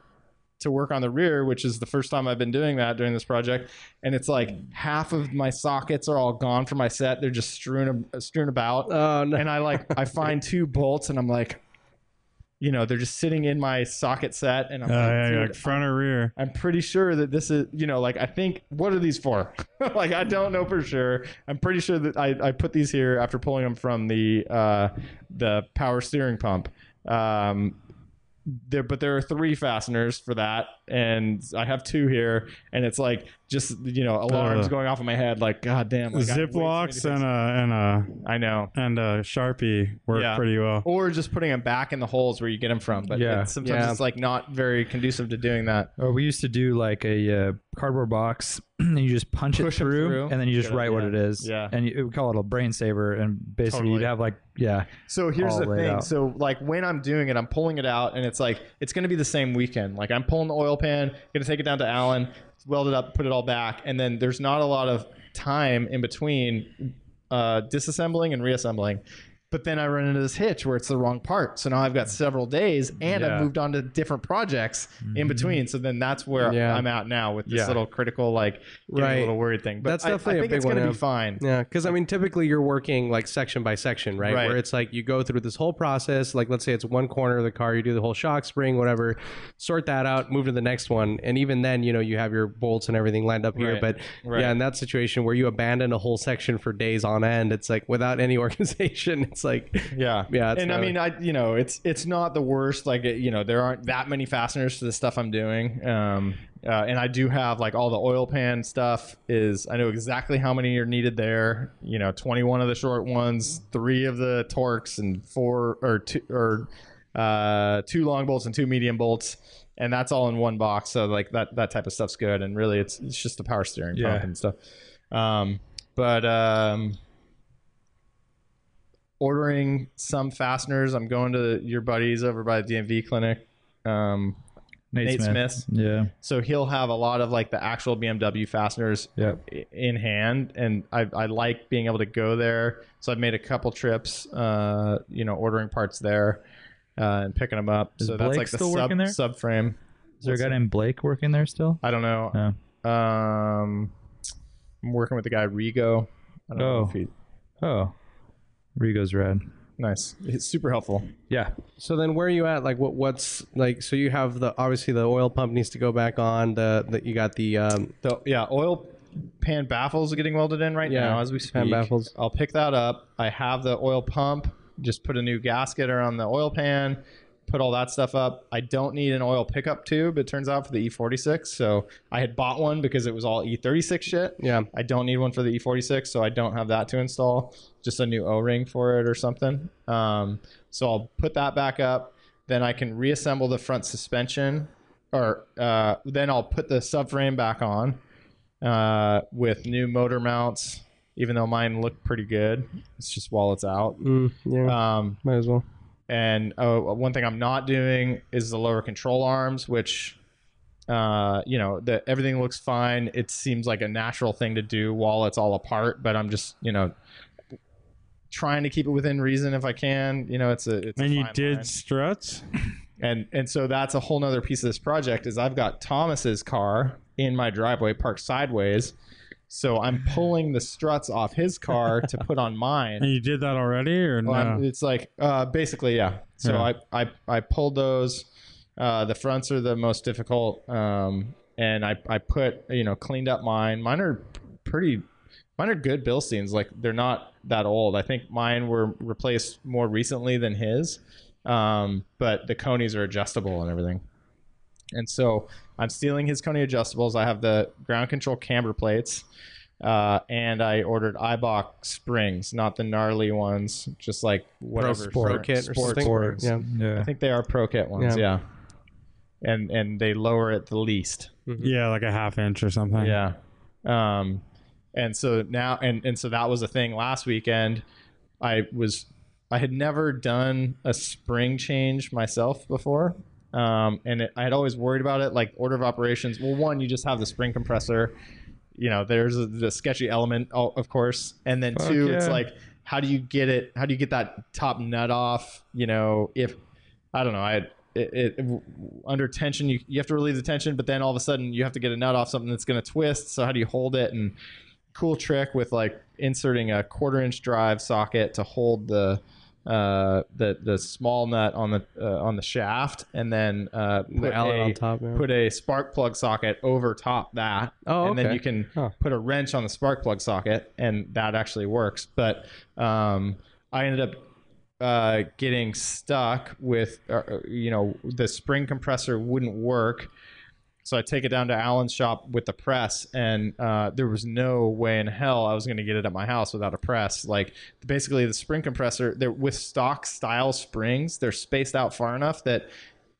S3: to work on the rear, which is the first time I've been doing that during this project. And it's like half of my sockets are all gone from my set; they're just strewn strewn about.
S1: Oh no.
S3: And I like I find two bolts, and I'm like, you know, they're just sitting in my socket set, and I'm
S4: Uh,
S3: like,
S4: yeah,
S3: dude,
S4: like front or rear.
S3: I'm pretty sure that this is, you know, like I think, what are these for? like I don't know for sure. I'm pretty sure that I, I put these here after pulling them from the uh, the power steering pump. Um, there, but there are three fasteners for that, and I have two here, and it's like just you know alarms
S4: Ugh.
S3: going off in my head, like God damn, like, I- wait, so many
S4: Ziplocs and
S3: things."
S4: a and a
S3: I know,
S4: and a sharpie work
S3: Yeah.
S4: pretty well.
S3: or just putting them back in the holes where you get them from. But
S2: Yeah.
S3: yeah, sometimes
S1: Yeah.
S3: it's like not very conducive to doing that.
S2: Or we used to do like a uh, cardboard box, and you just punch
S3: Push
S2: it
S3: it
S2: through,
S3: through.
S2: and then you just
S3: Good
S2: write what it
S3: idea.
S2: is.
S3: Yeah.
S2: And you, we call it a brain saver, and basically
S3: Totally.
S2: you'd have like, yeah,
S3: So here's
S2: all
S3: the
S2: laid
S3: thing.
S2: out.
S3: So like when I'm doing it, I'm pulling it out, and it's like it's gonna be the same weekend. Like I'm pulling the oil pan, gonna take it down to Allen, weld it up, put it all back, and then there's not a lot of time in between uh, disassembling and reassembling. But then I run into this hitch where it's the wrong part. So now I've
S1: Mm.
S3: got several days, and
S2: Yeah.
S3: I've moved on to different projects in between. So then that's where
S1: Mm-hmm. Yeah.
S3: I'm at now with this
S2: Yeah.
S3: little critical, like getting
S1: Right.
S3: a little worried thing. But
S1: That's
S3: I,
S1: definitely
S3: I
S1: a
S3: think
S1: big
S3: it's gonna
S1: one,
S3: be
S1: yeah.
S3: fine.
S1: Yeah, because I mean, typically you're working like section by section, right?
S3: Right.
S1: Where it's like you go through this whole process. Like, let's say it's one corner of the car, you do the whole shock spring, whatever, sort that out, move to the next one, and even then, you know, you have your bolts and everything lined up here.
S3: Right.
S1: But
S3: Right.
S1: yeah, in that situation where you abandon a whole section for days on end, it's like without any organization, it's like
S3: Yeah,
S1: Yeah, it's
S3: And I
S1: not-
S3: mean, I you know, it's it's not the worst. Like it- you know, there aren't that many fasteners to the stuff I'm doing. Um, uh, and I do have like all the oil pan stuff. Is I know exactly how many are needed there. You know, 21 of the short ones, three of the torques, and four or two or uh, two long bolts and two medium bolts. And that's all in one box, so like that that type of stuff's good. And really, it's it's just the power steering
S2: Yeah.
S3: pump and stuff. Um, but um, ordering some fasteners. I'm going to your buddies over by the DMV clinic. Um,
S2: Nate,
S3: Nate
S2: Smith.
S3: Smith.
S2: Yeah.
S3: so he'll have a lot of like the actual BMW fasteners
S2: Yeah.
S3: i- in hand, and I, I like being able to go there. So I've made a couple trips, uh, you know, ordering parts there uh, and picking them up.
S2: Is
S3: so
S2: Blake
S3: that's like the
S2: still
S3: sub
S2: working there?
S3: subframe.
S2: Is there a guy named Blake working there still?
S3: I don't know.
S2: No.
S3: Um, I'm working with the guy Rigo. I don't know
S2: Oh.
S3: if he,
S2: Oh. Rigo's rad.
S3: nice. He's super helpful.
S2: Yeah.
S1: So then, where are you at? Like, what what's like? So you have the obviously the oil pump needs to go back on. The that you got the um,
S3: The yeah, oil pan baffles are getting welded in right
S1: Yeah,
S3: now as we speak.
S1: pan baffles.
S3: I'll pick that up. I have the oil pump. Just put a new gasket around the oil pan. Put all that stuff up. I don't need an oil pickup tube. It turns out for the E46. So I had bought one because it was all E36 shit.
S1: yeah.
S3: I don't need one for the E46, so I don't have that to install. Just a new O-ring for it or something. Um, so I'll put that back up. Then I can reassemble the front suspension, or uh, then I'll put the subframe back on uh, with new motor mounts. Even though mine look pretty good, it's just while it's out.
S1: Mm, yeah.
S3: Um,
S1: might as well.
S3: and uh, one thing I'm not doing is the lower control arms, which, uh, you know, the, everything looks fine. It seems like a natural thing to do while it's all apart, but I'm just, you know, trying to keep it within reason if I can. You know, it's a. It's a
S4: And you
S3: fine
S4: did
S3: line.
S4: struts?
S3: And and so that's a whole nother piece of this project is I've got Thomas's car in my driveway parked sideways. So I'm pulling the struts off his car to put on mine.
S4: And you did that already or no?
S3: Well, I'm- it's like uh, basically, yeah. So
S4: Yeah.
S3: I, I I pulled those. Uh, the fronts are the most difficult, um, and I I put you know cleaned up mine. Mine are pretty. Mine are good bill scenes. Like they're not that old. I think mine were replaced more recently than his, um, but the conies are adjustable and everything. And so I'm stealing his Coney adjustables. I have the ground control camber plates, uh, and I ordered Ibach springs, not the gnarly ones, just like whatever
S1: Sport. Pro Kit or something?
S3: Sports.
S1: Yeah.
S2: Yeah.
S3: I think they are pro kit ones. Yeah. And and they lower it the least.
S4: yeah, like a half inch or something.
S3: Yeah. Um, and so now, and, and so that was a thing last weekend. I was, I had never done a spring change myself before. Um, and it, I had always worried about it, like order of operations. Well, one, you just have the spring compressor. You know, there's a, the sketchy element, o- of course. And then
S2: Fuck
S3: two, it's
S2: yeah.
S3: like, how do you get it? How do you get that top nut off? You know, if I don't know, I had- it, it w- under tension you, you have to relieve the tension, but then all of a sudden you have to get a nut off something that's going to twist. So how do you hold it? And cool trick with like inserting a quarter inch drive socket to hold the uh the the small nut on the uh, on the shaft and then uh put
S1: The Allen
S3: a-
S1: on top. Yeah.
S3: put a spark plug socket over top that.
S1: Oh,
S3: and then
S1: okay.
S3: you can
S1: Huh.
S3: put a wrench on the spark plug socket, and that actually works. But um, I ended up uh, getting stuck with, uh, uh, you know, the spring compressor wouldn't work. So I take it down to Alan's shop with the press, and uh, there was no way in hell I was going to get it at my house without a press. Like basically, the spring compressor, they're with stock style springs, they're spaced out far enough that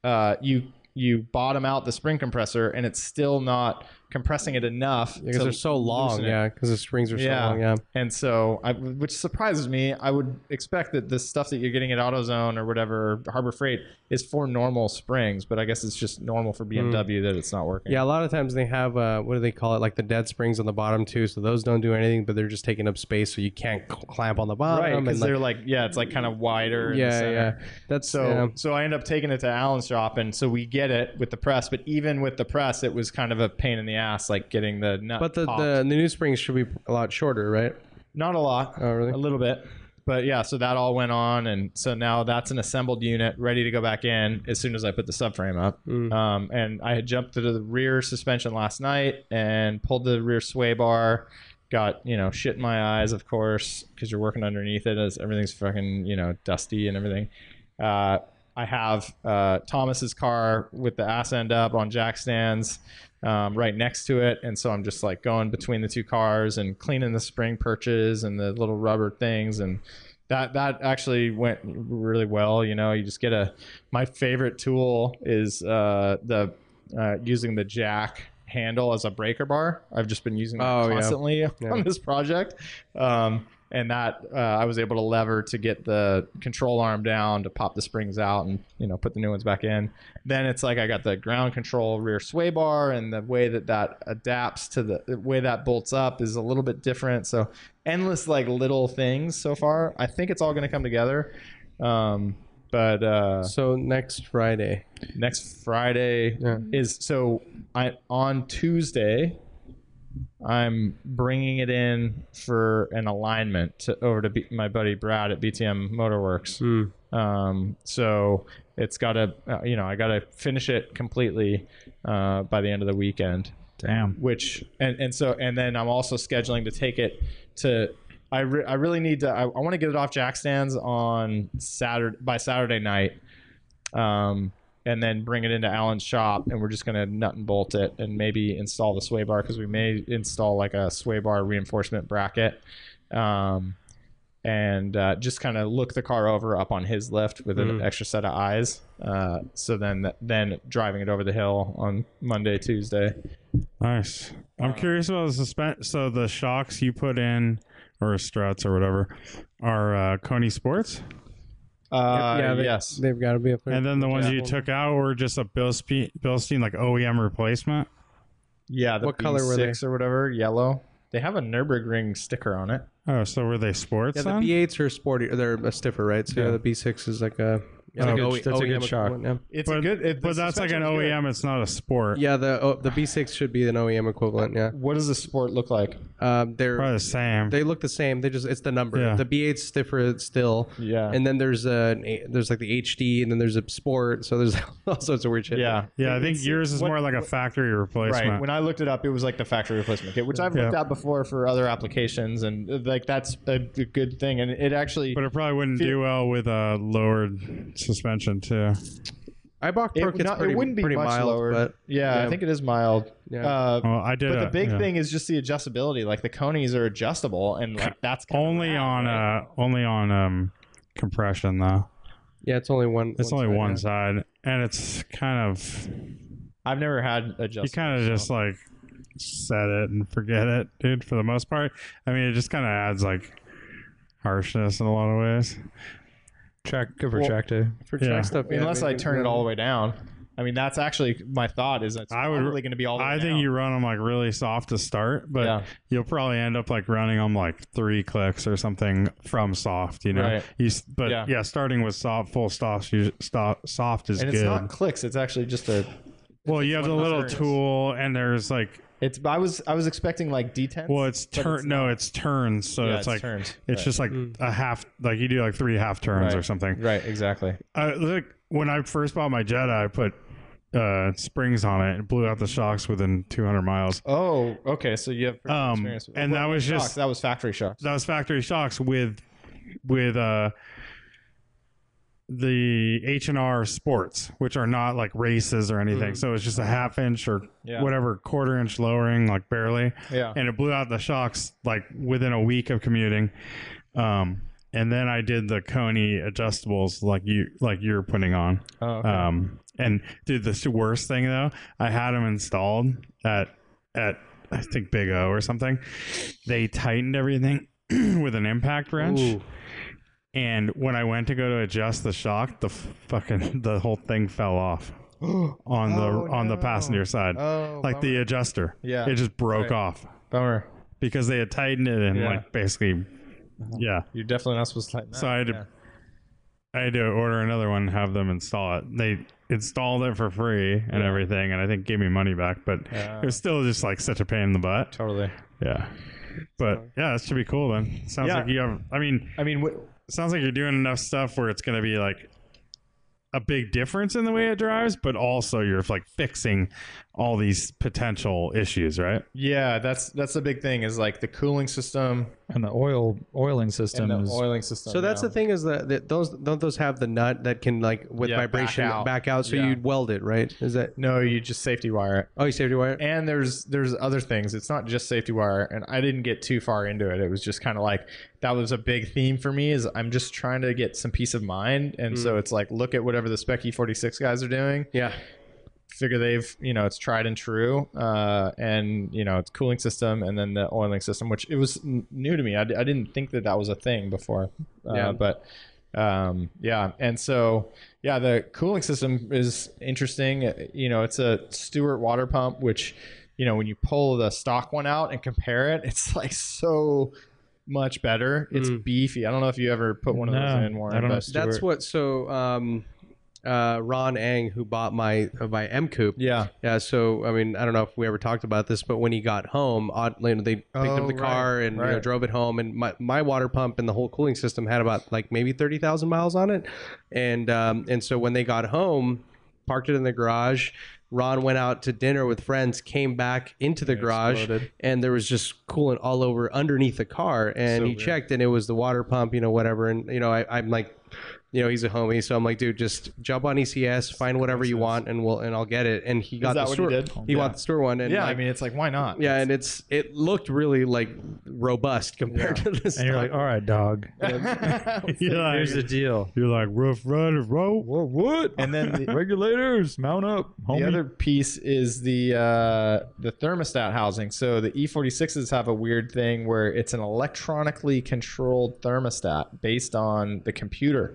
S3: uh, you you bottom out the spring compressor, and it's still not compressing it enough.
S1: because
S3: to
S1: they're so long.
S3: loosen it.
S1: Yeah, because the springs are so
S3: Yeah.
S1: long. Yeah.
S3: And so, I, which surprises me, I would expect that the stuff that you're getting at AutoZone or whatever, Harbor Freight, is for normal springs, but I guess it's just normal for BMW that it's not working.
S1: Hmm. Yeah, a lot of times they have uh, what do they call it? Like the dead springs on the bottom too. So those don't do anything, but they're just taking up space, so you can't cl- clamp on the bottom.
S3: Right,
S1: um, and,
S3: because
S1: like-
S3: they're like, yeah, it's like kind of wider. in the
S1: yeah,
S3: center.
S1: yeah. That's
S3: So, uh,
S1: yeah.
S3: so I end up taking it to Alan's shop, and so we get it with the press. But even with the press, it was kind of a pain in the ass, like getting the nut.
S1: But the,
S3: popped.
S1: the the new springs should be a lot shorter, right?
S3: Not a lot.
S1: Oh, really?
S3: A little bit. But yeah, so that all went on, and so now that's an assembled unit ready to go back in as soon as I put the subframe up.
S1: Hmm. Mm-hmm.
S3: Um, and I had jumped to the rear suspension last night and pulled the rear sway bar. Got you know shit in my eyes, of course, because you're working underneath it as everything's fucking you know dusty and everything. Uh, I have uh, Thomas's car with the ass end up on jack stands um, right next to it, and so I'm just like going between the two cars and cleaning the spring perches and the little rubber things, and that that actually went really well. You know, you just get a. My favorite tool is uh, the uh, using the jack handle as a breaker bar. I've just been using that
S1: Oh, yeah.
S3: constantly on this project. Um, and that uh, I was able to lever to get the control arm down to pop the springs out and you know put the new ones back in. Then it's like I got the ground control rear sway bar, and the way that that adapts to the, the way that bolts up is a little bit different. So endless like little things so far. I think it's all going to come together. Um, but uh,
S1: So next Friday.
S3: next Friday
S1: Yeah.
S3: is so I on Tuesday I'm bringing it in for an alignment to, over to B, my buddy Brad at BTM Motorworks. Um, so it's got to uh, you know I got to finish it completely uh, by the end of the weekend
S2: Damn.
S3: which and, and so and then I'm also scheduling to take it to I, re- I really need to I, I want to get it off jack stands on Saturday by Saturday night um and then bring it into Alan's shop and we're just gonna nut and bolt it and maybe install the sway bar because we may install like a sway bar reinforcement bracket um and uh, just kind of look the car over up on his lift with an extra set of eyes. Uh, so then, then driving it over the hill on Monday, Tuesday.
S4: Nice.
S3: Uh,
S4: I'm curious about the suspend. So the shocks you put in, or struts or whatever, are uh, Coney Sports,
S3: Uh,
S1: yeah, they,
S3: yes.
S1: They've got to be up there.
S4: and then the ones
S3: Yeah.
S4: you took out were just a Bilstein, Bilstein like OEM replacement.
S3: yeah. The
S1: What color were they?
S3: B6 or whatever, yellow. They have a Nürburgring sticker on it.
S4: Oh, so were they sports?
S1: yeah, the
S4: then?
S1: B8s are sporty. They're a stiffer, right? So yeah, the B6 is like a. oh, That's
S2: good- that's a good shock.
S1: Yeah.
S3: It's
S4: but,
S3: a good. It, the
S4: but that's like an
S3: suspension's good.
S4: OEM. It's not a sport.
S1: Yeah, the oh, the B6 should be an OEM equivalent. Yeah,
S3: What does the sport look like?
S1: um, they're
S4: Probably the same.
S1: they look the same. They just it's the number.
S4: Yeah.
S1: The B8's stiffer still.
S3: Yeah.
S1: And then there's a there's like the HD, and then there's a sport. So there's all sorts of weird shit.
S3: yeah.
S4: yeah, I think yours is
S3: what-
S4: more like a factory replacement.
S3: Right. When I looked it up, it was like the factory replacement kit, which I've
S4: Yeah.
S3: looked at before for other applications, and uh, like that's a g- good thing. And it actually,
S4: but it probably wouldn't do well with a lowered suspension too.
S1: I bought
S3: it,
S1: Pro Kit's
S3: not- it
S1: pretty,
S3: wouldn't be
S1: pretty
S3: much
S1: mild,
S3: lower.
S1: but
S3: yeah,
S1: yeah.
S3: I think it is mild.
S1: Yeah.
S3: Uh,
S4: Well, I did.
S3: but the
S4: a-
S3: big
S4: yeah.
S3: thing is just the adjustability. Like the conies are adjustable, and like that's kinda
S4: only
S3: rad,
S4: on
S3: right?
S4: uh only on um compression though.
S1: yeah, it's only one.
S4: It's only
S1: side,
S4: one
S1: yeah.
S4: side, and it's kind of
S3: I've never had adjustable.
S4: you kind of just like set it and forget it, dude. For the most part, I mean, it just kind of adds like harshness in a lot of ways.
S2: Track over
S3: Well-
S2: track day.
S1: for
S4: Yeah.
S1: track stuff. yeah,
S3: unless I
S1: maybe-
S3: turn it all the way down. I mean, that's actually my thought. Is it's
S4: I
S3: I
S4: would-
S3: probably going to be all. The way
S4: I think
S3: down.
S4: you run them like really soft to start, but
S3: Oh, Yeah.
S4: you'll probably end up like running them like three clicks or something from soft. You know,
S3: Right.
S4: you s- but yeah.
S3: Yeah.
S4: starting with soft, full stops, you stop soft is
S3: And it's
S4: good.
S3: not clicks. It's actually just a.
S4: well, you have the
S3: one
S4: little
S3: third.
S4: tool, and there's like
S3: It's. I was. I was expecting like detents.
S4: well, it's turn. no, it's turns. So
S3: Yeah,
S4: it's,
S3: it's
S4: like
S3: turns.
S4: it's
S3: Right.
S4: just like a half. Like you do like three half turns or something.
S3: Mm. Right. Exactly.
S4: I, look, when I first bought my Jedi, I put uh, springs on it and blew out the shocks within 200 miles.
S3: Oh. Okay. So you have pretty
S4: Um,
S3: experience with-
S4: and that was
S3: shocks.
S4: just-
S3: that was factory shocks.
S4: That was factory shocks with with uh, the H and R Sports, which are not like races or anything. So it's just a half inch or
S3: Mm. Yeah.
S4: whatever quarter inch lowering, like barely.
S3: Yeah.
S4: and it blew out the shocks like within a week of commuting. Um, and then I did the Coney adjustables, like you like you're putting on.
S3: Oh, okay.
S4: Um, and dude, the s- worst thing though, I had them installed at at I think Big O or something. They tightened everything with an impact wrench.
S1: Ooh.
S4: And when I went to go to adjust the shock, the f- fucking the whole thing fell off on the
S3: Oh,
S4: on the
S3: no.
S4: passenger side,
S3: Oh,
S4: like the adjuster.
S3: Yeah.
S4: it just broke off
S3: Bummer.
S4: because they had tightened it and
S3: Yeah.
S4: like basically,
S2: Uh-huh.
S4: yeah.
S3: You're definitely not supposed to tighten that.
S4: So I had to, I had to order another one, and have them install it. They installed it for free and everything, and I think gave me money back, but it was still just like such a pain in the butt.
S3: totally.
S4: Yeah, but yeah, that should be cool then. Sounds
S3: Yeah.
S4: like you have. I mean,
S3: I mean, w-
S4: sounds like you're doing enough stuff where it's gonna be like a big difference in the way it drives, but also you're like fixing all these potential issues, right?
S3: yeah. That's that's the big thing. Is like the cooling system
S2: And the oil oiling
S3: and
S2: system
S3: the
S2: is
S3: oiling system.
S1: So that's
S3: yeah.
S1: the thing is that, that those don't those have the nut that can like with
S3: Yeah, back
S1: vibration back out,
S3: out.
S1: so
S3: Yeah.
S1: you'd weld it right? Is that
S3: No, you just safety wire it.
S1: oh you safety wire?
S3: and there's there's other things it's not just safety wire and i didn't get too far into it it was just kind of like that was a big theme for me is i'm just trying to E get some peace of mind and so it's like look at whatever the spec e46 guys are doing
S1: yeah,
S3: figure they've you know it's tried and true uh, and you know it's cooling system and then the oiling system which it was n- new to me I, d- I didn't think that that was a thing before uh,
S1: Yeah.
S3: but um, yeah and so yeah the cooling system is interesting Uh, you know it's a Stewart water pump which you know when you pull the stock one out and compare it it's like so much better it's beefy I don't know if you ever put one of
S4: Mm. No,
S3: those in Warren
S4: I don't know
S3: but-
S1: That's what. So, um, uh, Ron Ang, who bought my uh, my M coupe.
S3: yeah
S1: Yeah. So, I mean, I don't know if we ever talked about this, but when he got home, odd- you know, they picked
S3: Oh,
S1: up the
S3: right,
S1: car and you know,
S3: right.
S1: drove it home, and my, my water pump and the whole cooling system had about like maybe thirty thousand miles on it, and um, and so when they got home, parked it in the garage. Ron went out to dinner with friends, came back into the garage, and there was just coolant all over underneath the car. And he checked, and it was the water pump, you know, whatever. And you know, I, I'm like, you know, he's a homie, so I'm like, dude, just jump on ECS, find whatever you want, and we'll and I'll get it. And he got
S3: that
S1: the
S3: what he
S1: store.
S3: did? Yeah.
S1: bought the store one, and
S3: yeah I
S1: like-
S3: mean it's like why not
S1: yeah, and it's it looked really like robust compared to this.
S2: And you're like, "Oh." all right, dog.
S4: You're like,
S2: Here's the deal.
S4: you're like roof rider, rope.
S2: What? What?
S3: and then the,
S2: Regulators, mount up, homie.
S3: the other piece is the uh, the thermostat housing. So the E46s have a weird thing where it's an electronically controlled thermostat based on the computer.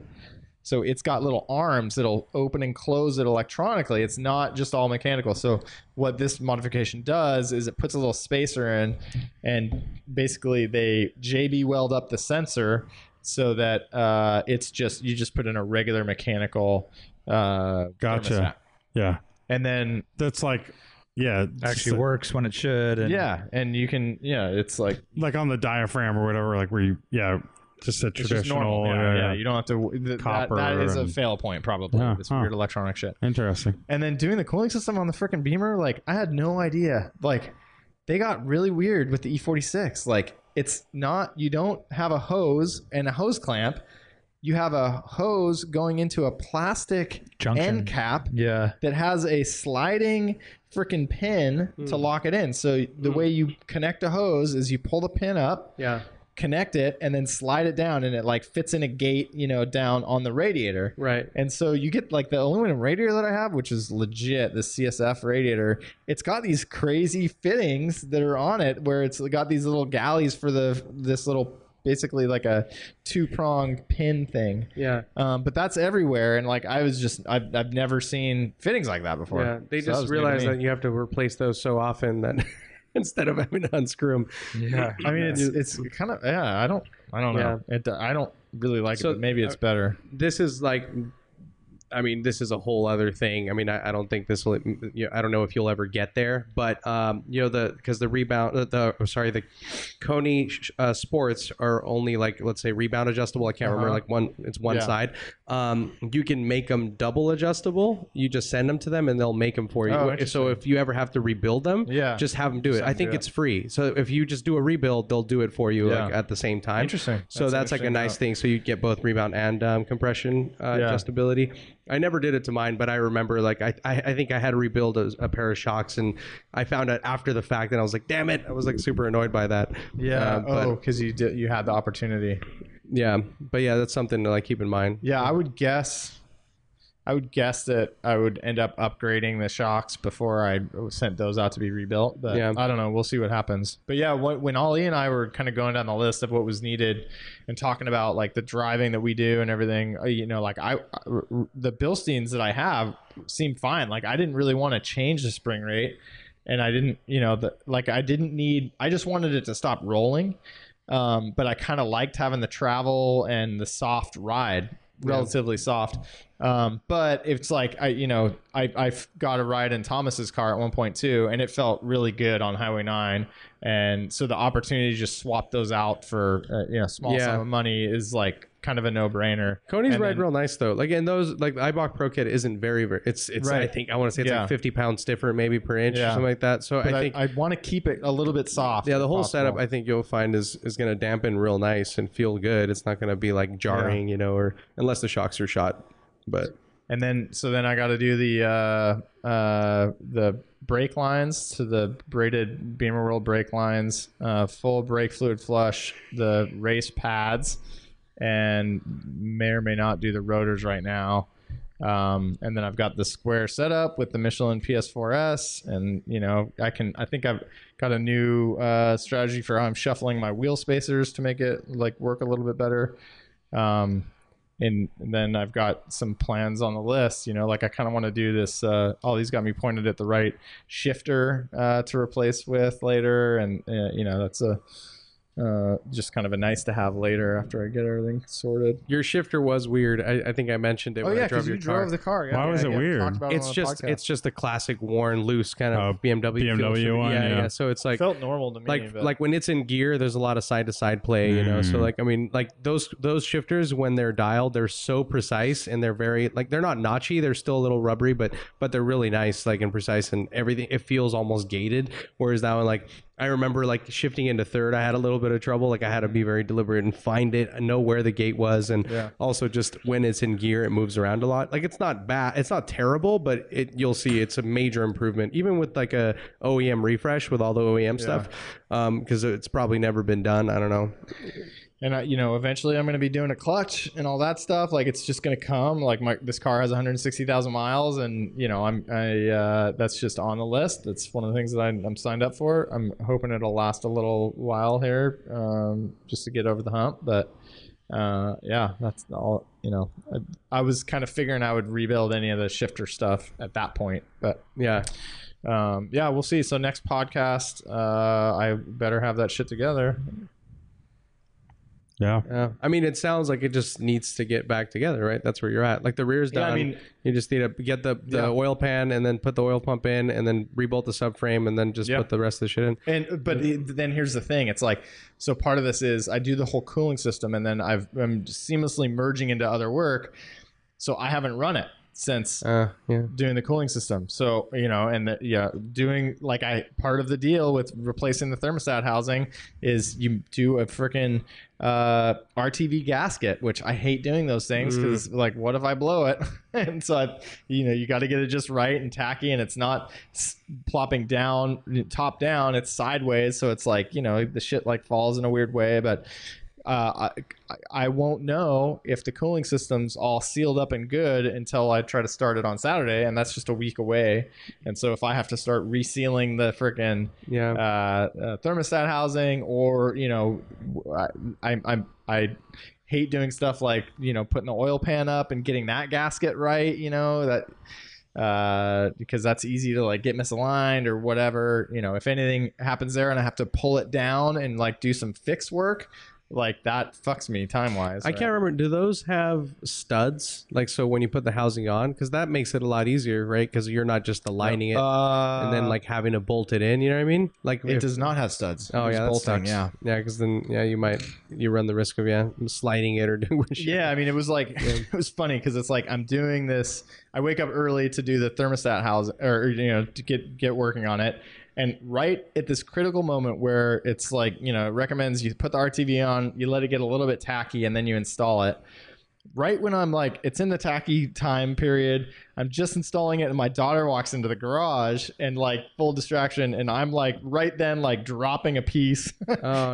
S3: So it's got little arms that'll open and close it electronically. It's not just all mechanical. So what this modification does is it puts a little spacer in, and basically they JB weld up the sensor so that uh, it's just you just put in a regular mechanical. Uh,
S4: Gotcha.
S3: thermostat.
S4: Yeah,
S3: And then
S4: that's like, yeah,
S2: actually
S4: so-
S2: works when it should. And
S3: yeah, and you can yeah, it's like
S4: like on the diaphragm or whatever, like where you, yeah, just a
S3: it's just
S4: traditional.
S3: normal. Yeah,
S4: yeah,
S3: yeah,
S4: yeah.
S3: you don't have to. th- that-
S4: Copper
S3: that is a
S4: and-
S3: fail point probably.
S4: Yeah,
S3: this
S4: huh.
S3: weird electronic shit.
S4: Interesting.
S3: And then doing the cooling system on the freaking Beamer, like I had no idea. Like they got really weird with the E46. Like it's not you don't have a hose and a hose clamp. You have a hose going into a plastic
S2: Junction.
S3: end cap
S2: Yeah.
S3: that has a sliding freaking pin to lock it in. So the way you connect a hose is you pull the pin up,
S1: yeah,
S3: connect it, and then slide it down, and it like fits in a gate, you know, down on the radiator.
S1: right.
S3: And so you get like the aluminum radiator that I have, which is legit, the CSF radiator. It's got these crazy fittings that are on it, where it's got these little galleys for the this little basically like a two pronged pin thing.
S1: Yeah,
S3: Um, but that's everywhere, and like I was just I've, I've never seen fittings like that before.
S1: yeah. They
S3: So that
S1: just
S3: was new to
S1: realize
S3: me.
S1: that you have to replace those so often that instead of having to unscrew them,
S2: Yeah.
S3: I mean, it's it's kind of yeah. I don't I don't know. It, I don't really like
S1: So-
S3: it, but maybe it's better.
S1: this is like i mean this is a whole other thing i mean i, I don't think this will you know, i don't know if you'll ever get there but um you know the because the rebound uh, the oh, sorry the coney sh- uh, sports are only like let's say rebound adjustable i can't remember
S3: Uh-huh.
S1: like one it's one
S3: Yeah.
S1: side um you can make them double adjustable you just send them to them and they'll make them for you
S3: Oh,
S1: If- so if you ever have to rebuild them
S3: Yeah.
S1: just have them do it i think
S3: do it.
S1: it's free so if you just do a rebuild they'll do it for you
S3: Yeah.
S1: like at the same time
S3: Interesting.
S1: so
S3: That's
S1: that's, like a
S3: interesting
S1: nice
S3: route.
S1: thing. So you get both rebound and um, compression uh,
S3: Yeah.
S1: adjustability. I never did it to mine, but I remember like I, I, I think I had to rebuild a, a pair of shocks, and I found out after the fact, and I was like, damn it, I was like super annoyed by that. Uh, but
S3: oh, because you did you had the opportunity.
S1: yeah, but yeah, that's something to like keep in mind.
S3: Yeah, I would guess. I would guess that I would end up upgrading the shocks before I sent those out to be rebuilt. But
S1: Yeah.
S3: I don't know. We'll see what happens. But yeah, what, when Ollie and I were kind of going down the list of what was needed and talking about like the driving that we do and everything, uh, you know, like I, r- r- the Bilsteins that I have seem fine. Like I didn't really want to change the spring rate, and I didn't, you know, the, like I didn't need. I just wanted it to stop rolling um, but I kind of liked having the travel and the soft ride, relatively soft. Um, but it's like I, you know, I I got a ride in Thomas's car at one point too, and it felt really good on Highway Nine. And so the opportunity to just swap those out for uh, you know small
S1: Yeah.
S3: sum of money is like kind of a no brainer.
S1: Coney's
S3: And
S1: ride
S3: then-
S1: real nice though. Like and those like the Ibach Pro Kit isn't very very. It's it's I
S3: Right.
S1: think I want to say it's
S3: Yeah.
S1: like fifty pounds stiffer maybe per inch or
S3: Yeah.
S1: something like that. So
S3: But
S1: I
S3: I,
S1: think
S3: I, want to keep it a little bit soft.
S1: Yeah, the
S3: if
S1: whole
S3: possible.
S1: setup I think you'll find is is going to dampen real nice and feel good. It's not going to be like jarring, you know, or unless the shocks are shot. But
S3: and then so then I got to do the uh, uh, the brake lines to the braided Beamer World brake lines, uh, full brake fluid flush, the race pads, and may or may not do the rotors right now. Um, and then I've got the square setup with the Michelin PS4S, and you know I can. I think I've got a new uh, strategy for how I'm shuffling my wheel spacers to make it like work a little bit better. Um, and, and then I've got some plans on the list. You know, like I kind of want to do this. Uh, all these got me pointed at the right shifter uh, to replace with later, and uh, you know that's a uh, just kind of a nice to have later after I get everything sorted.
S1: Your shifter was weird. I, I think I mentioned
S3: Oh,
S1: it when I drove your car.
S3: the car.
S4: Why was it weird?
S1: it's just it's just the classic worn loose kind of
S4: Oh,
S1: BMW feel
S4: BMW
S1: shifter.
S4: one,
S1: Yeah,
S4: yeah.
S1: So it's like
S3: felt normal to me.
S1: like
S3: but-
S1: like when it's in gear, there's a lot of side to side play, you know. So
S4: Mm.
S1: like I mean, like those those shifters when they're dialed, they're so precise and they're very like they're not notchy, they're still a little rubbery, but but they're really nice, like and precise and everything. It feels almost gated. Whereas that one, like I remember like shifting into third, I had a little bit of trouble. Like I had to be very deliberate and find it, know where the gate was, and also just when it's in gear, it moves around a lot. Like it's not bad, it's not terrible, but it you'll see it's a major improvement, even with like a OEM refresh with all the OEM stuff, because it's probably never been done. I don't know.
S3: and I, you know, eventually I'm going to be doing a clutch and all that stuff. Like it's just going to come. Like my this car has 160,000 miles, and you know, I'm I uh, that's just on the list. That's one of the things that I, I'm signed up for. I'm hoping it'll last a little while here, um, just to get over the hump. But uh, yeah, that's all. You know, I, I was kind of figuring I would rebuild any of the shifter stuff at that point, but
S1: Yeah,
S3: um, yeah, we'll see. So next podcast, uh, I better have that shit together.
S4: Yeah.
S1: yeah. I mean, it sounds like it just needs to get back together, right? That's where you're at. Like the rear's done.
S3: I mean-
S1: you just need to get the, the
S3: Yeah.
S1: oil pan and then put the oil pump in, and then rebolt the subframe, and then just
S3: Yeah.
S1: put the rest of the shit in.
S3: And but it- then here's the thing: it's like so. Part of this is I do the whole cooling system, and then I've, I'm seamlessly merging into other work, so I haven't run it since
S1: Uh, yeah.
S3: doing the cooling system. So you know, and the, yeah, doing like I part of the deal with replacing the thermostat housing is you do a freaking uh, RTV gasket, which I hate doing those things because like, what if I blow it? and so I, you know, you got to get it just right and tacky, and it's not s- plopping down top down; it's sideways, so it's like you know the shit like falls in a weird way, but. Uh, I, I won't know if the cooling system's all sealed up and good until I try to start it on Saturday, and that's just a week away. And so if I have to start resealing the freaking
S1: Yeah.
S3: uh, uh, thermostat housing, or you know, I, I, I, I hate doing stuff like you know putting the oil pan up and getting that gasket right, you know that uh, because that's easy to like get misaligned or whatever. You know, if anything happens there and I have to pull it down and like do some fix work, like that fucks me time wise.
S1: I can't remember. Do those have studs? Like, so when you put the housing on, because that makes it a lot easier, right? Because you're not just aligning it
S3: Uh,
S1: and then like having to bolt it in. You know what I mean? Like,
S3: it
S1: if-
S3: does not have studs.
S1: Oh
S3: It's
S1: yeah, that
S3: bolting,
S1: sucks.
S3: yeah.
S1: yeah. Because then yeah, you might you run the risk of yeah sliding it or doing weird shit.
S3: Yeah, I mean, it was like it was funny because it's like I'm doing this. I wake up early to do the thermostat house, or you know, to get get working on it. And right at this critical moment where it's like you know, it recommends you put the RTV on, you let it get a little bit tacky, and then you install it. Right when I'm like, it's in the tacky time period. I'm just installing it, and my daughter walks into the garage and like full distraction, and I'm like right then like dropping a piece.
S1: Oh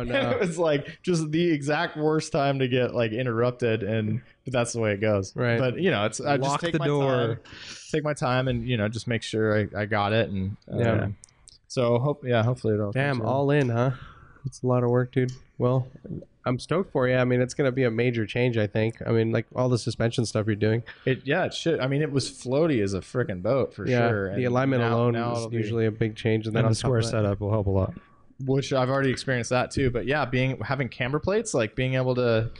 S3: And it
S1: no.
S3: was like just the exact worst time to get like interrupted, and but that's the way it goes.
S1: Right.
S3: But you know, it's I just
S2: Lock
S3: take
S2: the
S3: my
S2: door.
S3: time, take my time, and you know, just make sure I, I got it, and uh,
S1: Yeah.
S3: So hope yeah, hopefully it'll.
S1: Damn, all in, huh? It's a lot of work, dude. Well, I'm stoked for you. I mean, it's gonna be a major change. I think. I mean, like all the suspension stuff you're doing.
S3: it yeah, it should. I mean, it was floaty as a freaking boat for
S1: yeah.
S3: sure.
S1: the
S3: and
S1: alignment
S3: now-
S1: alone
S3: now
S1: is
S3: it'll be-
S1: usually a big change, and then
S2: And
S1: on
S2: the
S1: top
S2: square
S1: of that-
S2: setup will help a lot.
S3: which I've already experienced that too. But yeah, being having camber plates, like being able to.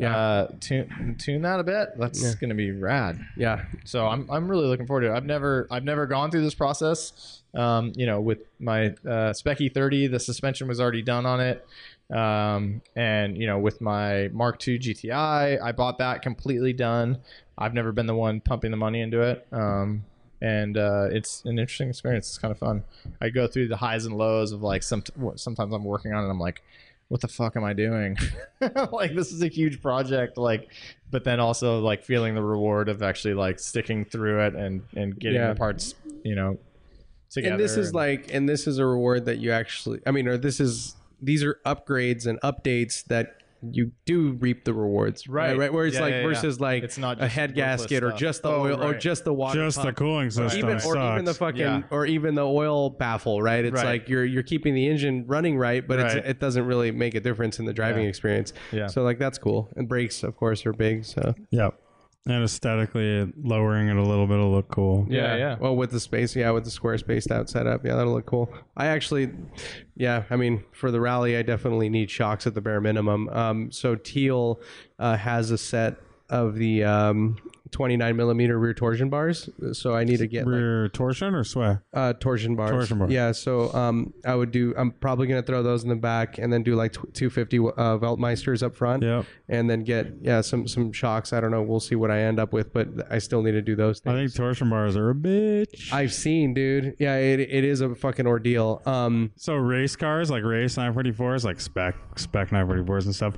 S1: Yeah.
S3: Uh, tune tune that a bit. That's
S1: Yeah.
S3: gonna be rad.
S1: Yeah.
S3: So I'm, I'm really looking forward to it. I've never I've never gone through this process. Um, you know, with my uh, Specky 30, the suspension was already done on it. Um, and you know, with my Mark II GTI, I bought that completely done. I've never been the one pumping the money into it. Um, and uh, it's an interesting experience. It's kind of fun. I go through the highs and lows of like some sometimes I'm working on it. I'm like, what the fuck am I doing? like this is a huge project. Like, but then also like feeling the reward of actually like sticking through it and and getting
S1: Yeah.
S3: the parts, you know, together.
S1: And this is like, and this is a reward that you actually, I mean, or this is, these are upgrades and updates that you do reap the rewards,
S3: Right.
S1: Right, where it's
S3: Yeah,
S1: like
S3: yeah, yeah.
S1: versus like
S3: It's not
S1: a
S3: just
S1: head
S3: worthless
S1: gasket or
S3: stuff.
S1: just the
S3: Oh,
S1: oil or
S3: right.
S1: just the water,
S4: Just the
S1: pump.
S4: cooling system
S1: even or
S4: sucks.
S1: even the fucking
S3: Yeah.
S1: or even the oil baffle, right? It's
S3: Right.
S1: like you're you're keeping the engine running right, but
S3: Right.
S1: it's, it doesn't really make a difference in the driving experience.
S3: Yeah.
S1: So like that's cool. And brakes, of course, are big. So
S4: Yep. And aesthetically, lowering it a little bit will look cool.
S3: Yeah, yeah.
S1: Well, with the space, yeah, with the square spaced out setup, yeah, that'll look cool. I actually, yeah, I mean, for the rally, I definitely need shocks at the bare minimum. Um, so Teal uh, has a set of the um, 29 millimeter rear torsion bars, so I need to get like,
S4: Rear torsion or sway?
S1: uh, torsion bars.
S4: Torsion bars.
S1: Yeah, so um, I would do. I'm probably gonna throw those in the back and then do like tw- 250 uh, Veltmeisters up front.
S4: Yep.
S1: And then get yeah some some shocks. I don't know. We'll see what I end up with, but I still need to do those
S4: I
S1: things.
S4: think torsion bars are a bitch.
S1: I've seen, dude. Yeah, it, it is a fucking ordeal. Um,
S4: so race cars like race 944s, like spec spec 944s and stuff,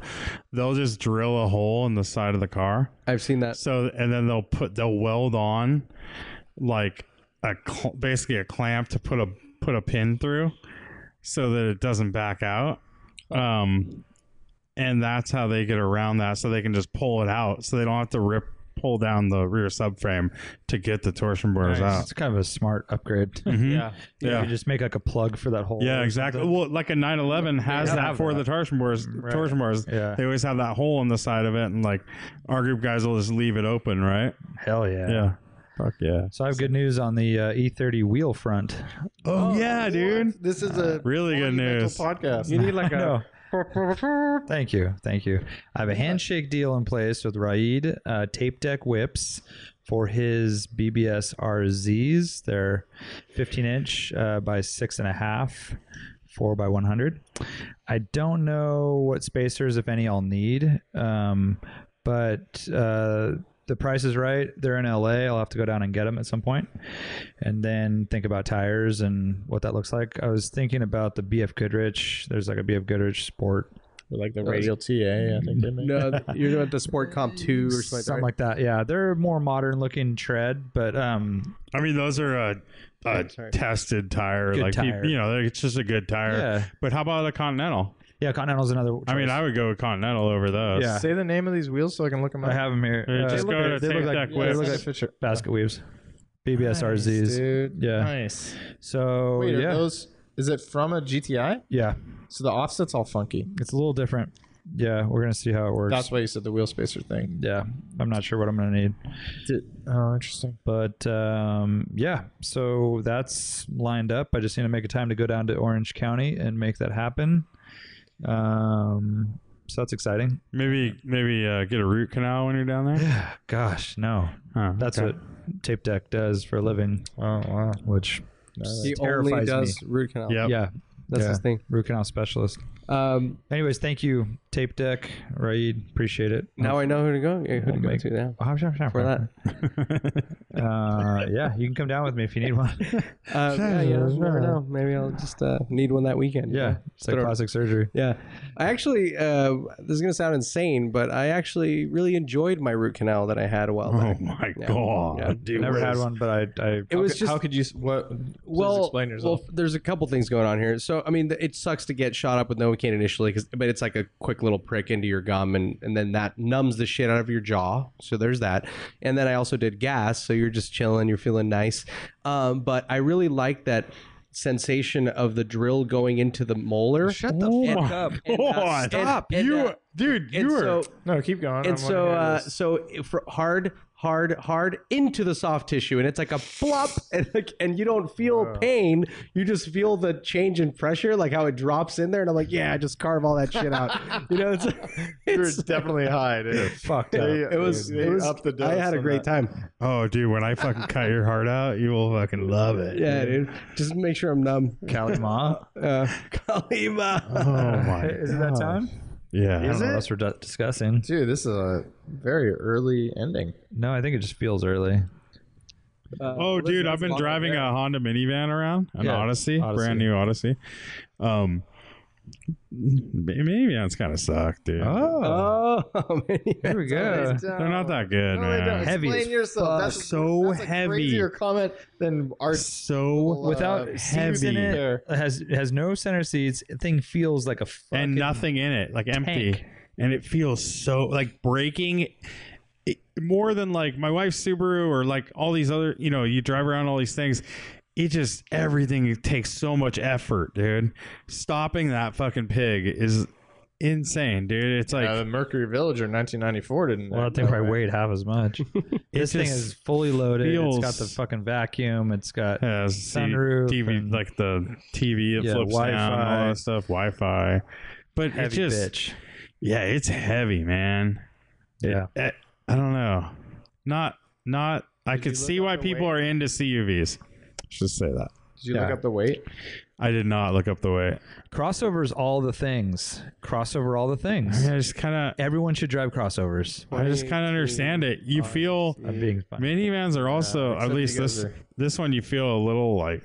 S4: they'll just drill a hole in the side of the car.
S1: I've seen that.
S4: So and then they'll put they'll weld on like a cl- basically a clamp to put a put a pin through so that it doesn't back out. Um and that's how they get around that so they can just pull it out so they don't have to rip pull down the rear subframe to get the torsion bars out. Mm-hmm.
S2: It's kind of a smart upgrade.
S3: Yeah.
S2: You
S4: Yeah.
S2: could just make like a plug for that hole.
S4: Yeah,
S2: or
S4: exactly.
S2: something.
S4: Well, like a 911 has
S2: have
S4: that for
S2: that.
S4: the torsion bars. Torsion bars.
S2: Yeah.
S4: They always have that hole in the side of it, and like our group guys will just leave it open, right?
S2: Hell yeah.
S4: Yeah. Fuck yeah.
S2: So I have good news on the uh, E30 wheel front.
S4: Oh, yeah, dude.
S3: This is a
S4: Really good
S3: monumental
S4: news.
S3: podcast.
S1: You need like a
S2: Thank you, thank you. I have a handshake deal in place with Raid uh, Tape Deck Whips for his BBS RZs. They're 15 inch uh, by six and a half, four by 100. I don't know what spacers, if any, I'll need, um, but uh, the price is right. They're in LA. I'll have to go down and get them at some point, and then think about tires and what that looks like. I was thinking about the BF Goodrich. There's like a BF Goodrich Sport
S3: Like the radial TA, I think they make.
S1: no. You're doing the Sport Comp two or something.
S2: something
S1: like
S2: like that. Yeah, they're more modern looking tread, but um,
S4: I mean, those are a, a tested tire.
S2: Good
S4: like you-
S2: tire.
S4: You, know, they're- it's just a good tire.
S2: Yeah.
S4: But how about a Continental?
S2: yeah, Continental's another.
S4: I mean,
S2: choice.
S4: I would go with Continental over those.
S2: Yeah.
S3: Say the name of these wheels so I can look them up.
S2: I have them here.
S4: Or
S2: Uh,
S4: just
S3: look
S4: go
S3: like- they
S4: to Tape
S3: look like-
S4: Deck
S3: they
S4: Whips.
S3: look like Fisher.
S2: basket weaves, BBS RZs.
S3: Dude. Oh,
S2: Yeah.
S3: Nice.
S2: So
S3: Wait, are
S2: yeah,
S3: those? Is it from a GTI?
S2: yeah,
S3: So the offset's all funky.
S2: it's a little different. Yeah, we're gonna see how it works.
S3: That's why you said the wheel spacer thing.
S2: yeah, I'm not sure what I'm gonna need,
S3: Oh, interesting.
S2: but um, yeah, so that's lined up. I just need to make a time to go down to Orange County and make that happen. Um, so that's exciting.
S4: maybe maybe uh, get a root canal when you're down there.
S2: Gosh, no,
S4: Huh,
S2: That's
S4: okay.
S2: what Tape Deck does for a living. Oh wow! Which
S1: that.
S2: s-
S1: He
S2: terrifies
S1: only
S2: me.
S1: does root canal.
S4: Yep.
S2: Yeah,
S1: That's
S2: yeah.
S1: his thing.
S2: Root canal specialist.
S1: Um,
S2: Anyways, thank you, Tape Deck, Raid. Appreciate it.
S1: now I know who to go. yeah, Who to
S2: I'll
S1: go
S2: make-
S1: to now.
S2: Oh, sure, sure,
S1: For that,
S2: Uh, yeah, you can come down with me if you need one.
S1: uh, yeah, you know, you never know. Maybe I'll just uh, need one that weekend. you
S2: Yeah,
S1: know?
S2: it's like
S1: Throw-
S2: plastic surgery.
S1: Yeah, I actually uh, this is gonna sound insane, but I actually really enjoyed my root canal that I had a while
S4: Oh
S1: back.
S4: my
S1: Yeah.
S4: god,
S1: Yeah.
S4: dude!
S2: Never
S4: what
S2: had
S4: is-
S2: one, but I, I
S1: It was just
S3: How could you? s- What? please
S1: well,
S3: explain yourself.
S1: well, there's a couple things going on here. So, I mean, th- it sucks to get shot up with Novocaine initially, 'cause- but it's like a quick little prick into your gum, and, and then that numbs the shit out of your jaw. So there's that. And then I also did gas, so you're just chilling, you're feeling nice. Um, but I really like that sensation of shut the drill going into the molar. uh, Shut
S4: Oh my
S2: uh,
S4: God.
S1: stop.
S4: you, dude, you were
S3: no, keep going.
S1: and so uh, so if- for hard hard hard into the soft tissue and it's like a plop and like and you don't feel pain you just feel the change in pressure like how it drops in there and i'm like yeah just carve all that shit out you know it's, it's
S3: definitely high. Dude.
S2: fucked up.
S3: They-
S1: it was,
S3: they
S1: it was
S3: upped the dose
S1: i had a
S3: on
S1: great
S3: that.
S1: time
S4: Oh, dude, when I fucking cut your heart out, you will fucking love it.
S1: yeah dude just make sure i'm numb
S2: Cali Ma.
S1: uh, Kalima.
S4: Oh my.
S2: Is it that time?
S4: Yeah.
S2: I don't know what else we're di- discussing.
S3: Dude, this is a very early ending.
S2: No, I think it just feels early. Uh,
S4: Oh, dude, I've been driving a Honda minivan around, an
S2: Yeah,
S4: Odyssey,
S2: Odyssey.
S4: brand new Odyssey. Um, minivans kind of suck, dude.
S2: Oh,
S1: oh man
S2: here we go.
S4: They're not that good,
S3: uh, No, they don't.
S4: man.
S2: Heavy
S3: Explain
S2: as
S3: yourself. That's
S4: So
S3: that's a
S4: heavy.
S3: Crazier comment than our
S4: So
S2: Without
S3: uh,
S2: seats in
S4: heavy.
S2: it,
S3: There.
S2: it has it has no center seats. The thing feels like a fucking
S4: and nothing in it, like empty.
S2: tank.
S4: and it feels so like braking it, more than like my wife's Subaru or like all these other, you know, you drive around all these things. It just everything takes so much effort, dude. Stopping that fucking pig is insane, dude. It's like
S3: uh, the Mercury Villager 1994 didn't.
S2: Well,
S3: have
S2: they
S3: that,
S2: probably
S3: right?
S2: weighed half as much. this thing
S4: just
S2: is fully loaded. It's got
S4: feels-
S2: the fucking vacuum. It's got
S4: yeah, it's the
S2: Sunroof
S4: TV,
S2: and-
S4: like the TV, it
S2: Yeah,
S4: flips down, and all
S2: Wi-Fi.
S4: that stuff, Wi-Fi. But
S2: heavy
S4: it's just,
S2: bitch.
S4: yeah, it's heavy, man.
S2: Yeah.
S4: I, I don't know. Not, not. I
S3: Did you
S4: could
S3: look
S4: see
S3: up
S4: why
S3: the
S4: people
S3: weight?
S4: are into CUVs. Just say that.
S3: Did you look
S2: Yeah.
S3: up the weight?
S4: I did not look up the weight.
S2: Crossovers, all the things. Crossover, all the
S4: I,
S2: things.
S4: mean, I just kind
S2: Everyone should drive crossovers.
S4: of, I just kind of understand it. You feel
S2: I'm being fun.
S4: minivans are also
S3: except
S4: at
S3: you
S4: least
S3: guys
S4: this
S3: are-
S4: this one you feel a little like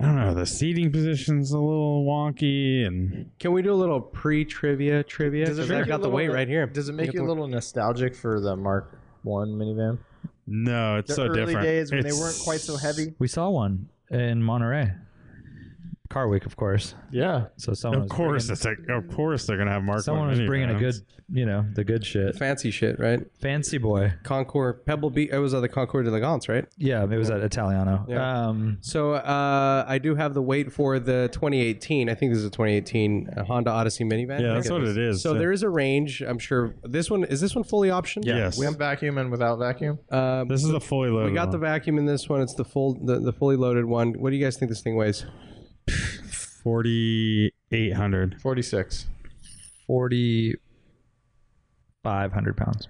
S4: I don't know the seating position's a little wonky and
S1: Can we do a little pre trivia trivia?
S3: Does it
S1: Because
S3: make
S1: I've
S3: you
S1: got
S3: a
S1: the
S3: little
S1: weight
S3: bit-
S1: right here.
S3: Does it make
S1: got
S3: you a
S1: the-
S3: little nostalgic for the Mark One minivan?
S4: no it's
S3: The
S4: so
S3: early
S4: different
S3: days when
S4: It's-
S3: they weren't quite so heavy.
S2: We saw one in Monterey. Car week, of course.
S3: Yeah,
S2: So someone
S4: of
S2: was
S4: course
S2: bringing,
S4: it's like of course they're gonna have Mark
S2: someone
S4: I
S2: was bringing a good, you know, the good shit.
S1: fancy shit, right?
S2: Fancy boy.
S1: Concord Pebble Beach. It was at the Concord Elegance, right?
S2: Yeah, it was at Italiano.
S1: Yeah.
S2: Um,
S1: So uh, I do have the weight for the 2018. I think this is a 2018 Honda Odyssey minivan.
S4: yeah that's what it is
S1: So there is a range. I'm sure this one is this one fully optioned.
S4: yes
S3: with vacuum and without vacuum.
S1: Um,
S4: this is a fully loaded
S1: we got the
S4: one.
S1: vacuum in this one. It's the full, the, the fully loaded one. What do you guys think this thing weighs?
S4: 4800
S3: Forty six.
S2: 4,500 pounds.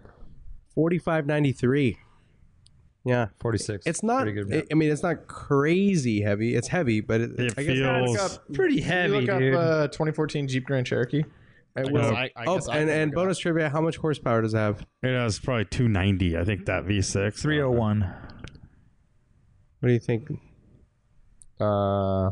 S1: 4593. Yeah,
S2: 46.
S1: it's not.
S2: Pretty good.
S1: I- I mean, it's not crazy heavy. It's heavy, but it,
S4: it
S1: I guess
S4: feels
S2: pretty
S3: Did you
S2: heavy,
S3: look up
S2: dude.
S3: uh, 2014 Jeep Grand Cherokee? I
S4: will.
S1: Oh, and, and bonus trivia: How much horsepower does it have?
S4: it has probably 290 I think that V6
S2: 301.
S1: What do you think?
S3: Uh,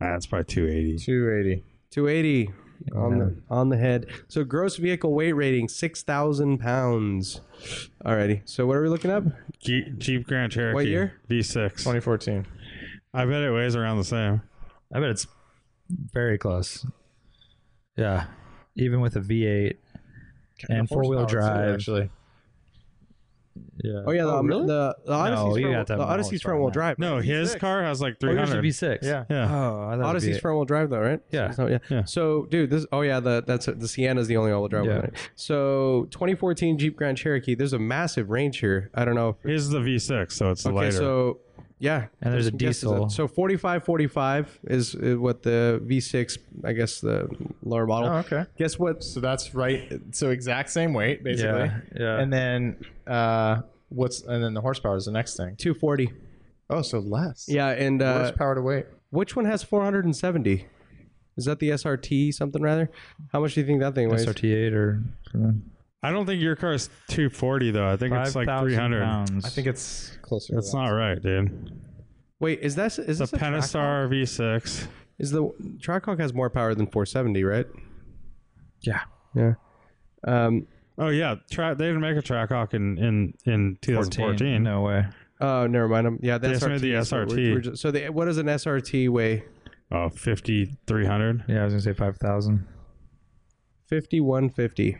S4: that's probably 280
S3: 280.
S1: 280 on the on the head. So gross vehicle weight rating six thousand pounds. Alrighty. So what are we looking up?
S4: Jeep, Jeep Grand Cherokee
S1: year?
S4: V6
S2: Oh,
S3: 2014.
S4: I bet it weighs around the same
S2: I bet it's very close. Yeah. Even with a V8 and four wheel
S3: Horsepower, too,
S2: drive.
S3: actually.
S2: yeah.
S1: Oh yeah, the the, the Odyssey's
S2: you got to
S1: front,
S2: have
S1: the
S2: more
S1: Odyssey's
S2: horsepower
S1: front wheel
S2: than that.
S1: drive.
S4: no his car has like
S2: Oh, yours
S4: 300
S2: is a V6.
S3: Yeah.
S4: yeah
S2: Oh, I thought it was
S1: Odyssey's
S2: V8.
S1: front wheel drive though, right?
S2: Yeah.
S1: So, yeah.
S4: Yeah.
S1: So dude, this oh yeah, the that's the Sienna's the only all wheel drive
S2: Yeah.
S1: one. Right? So 2014 Jeep Grand Cherokee. There's a massive range here. I don't know. If,
S4: His is the V6, so it's
S1: okay,
S4: lighter.
S1: so yeah,
S2: And there's a
S1: some guesses
S2: diesel.
S1: there. So 45 45 is uh, what the V6, I guess the lower model.
S3: Oh, okay.
S1: Guess what?
S3: So that's right. So exact same weight, basically.
S2: Yeah. Yeah.
S3: And then uh, what's and then the horsepower is the next thing.
S1: 240.
S3: Oh, so less.
S1: Yeah, and uh,
S3: horsepower to weight.
S1: which one has 470? Is that the SRT something rather? How much do you think that thing weighs?
S2: SRT8 or
S4: I don't think your car is 240 though. I think it's like
S2: 5,000
S4: 300.
S2: pounds.
S3: I think it's closer.
S4: That's not right, dude.
S1: Wait, is that is
S4: The
S1: this a Trackhawk?
S4: Pentastar V6.
S1: Is the Trackhawk has more power than 470, right?
S2: Yeah.
S1: Yeah. Um.
S4: Oh yeah, tra- they didn't make a Trackhawk in in in 2014.
S2: 14. No way.
S1: Oh, never mind. I'm, yeah, the
S4: They
S1: SRT.
S4: estimated the
S1: is what we're-
S4: SRT.
S1: we're just- so, the, what does an SRT weigh?
S4: Oh, 5300.
S2: Yeah, I was going to say 5,000.
S1: 5150.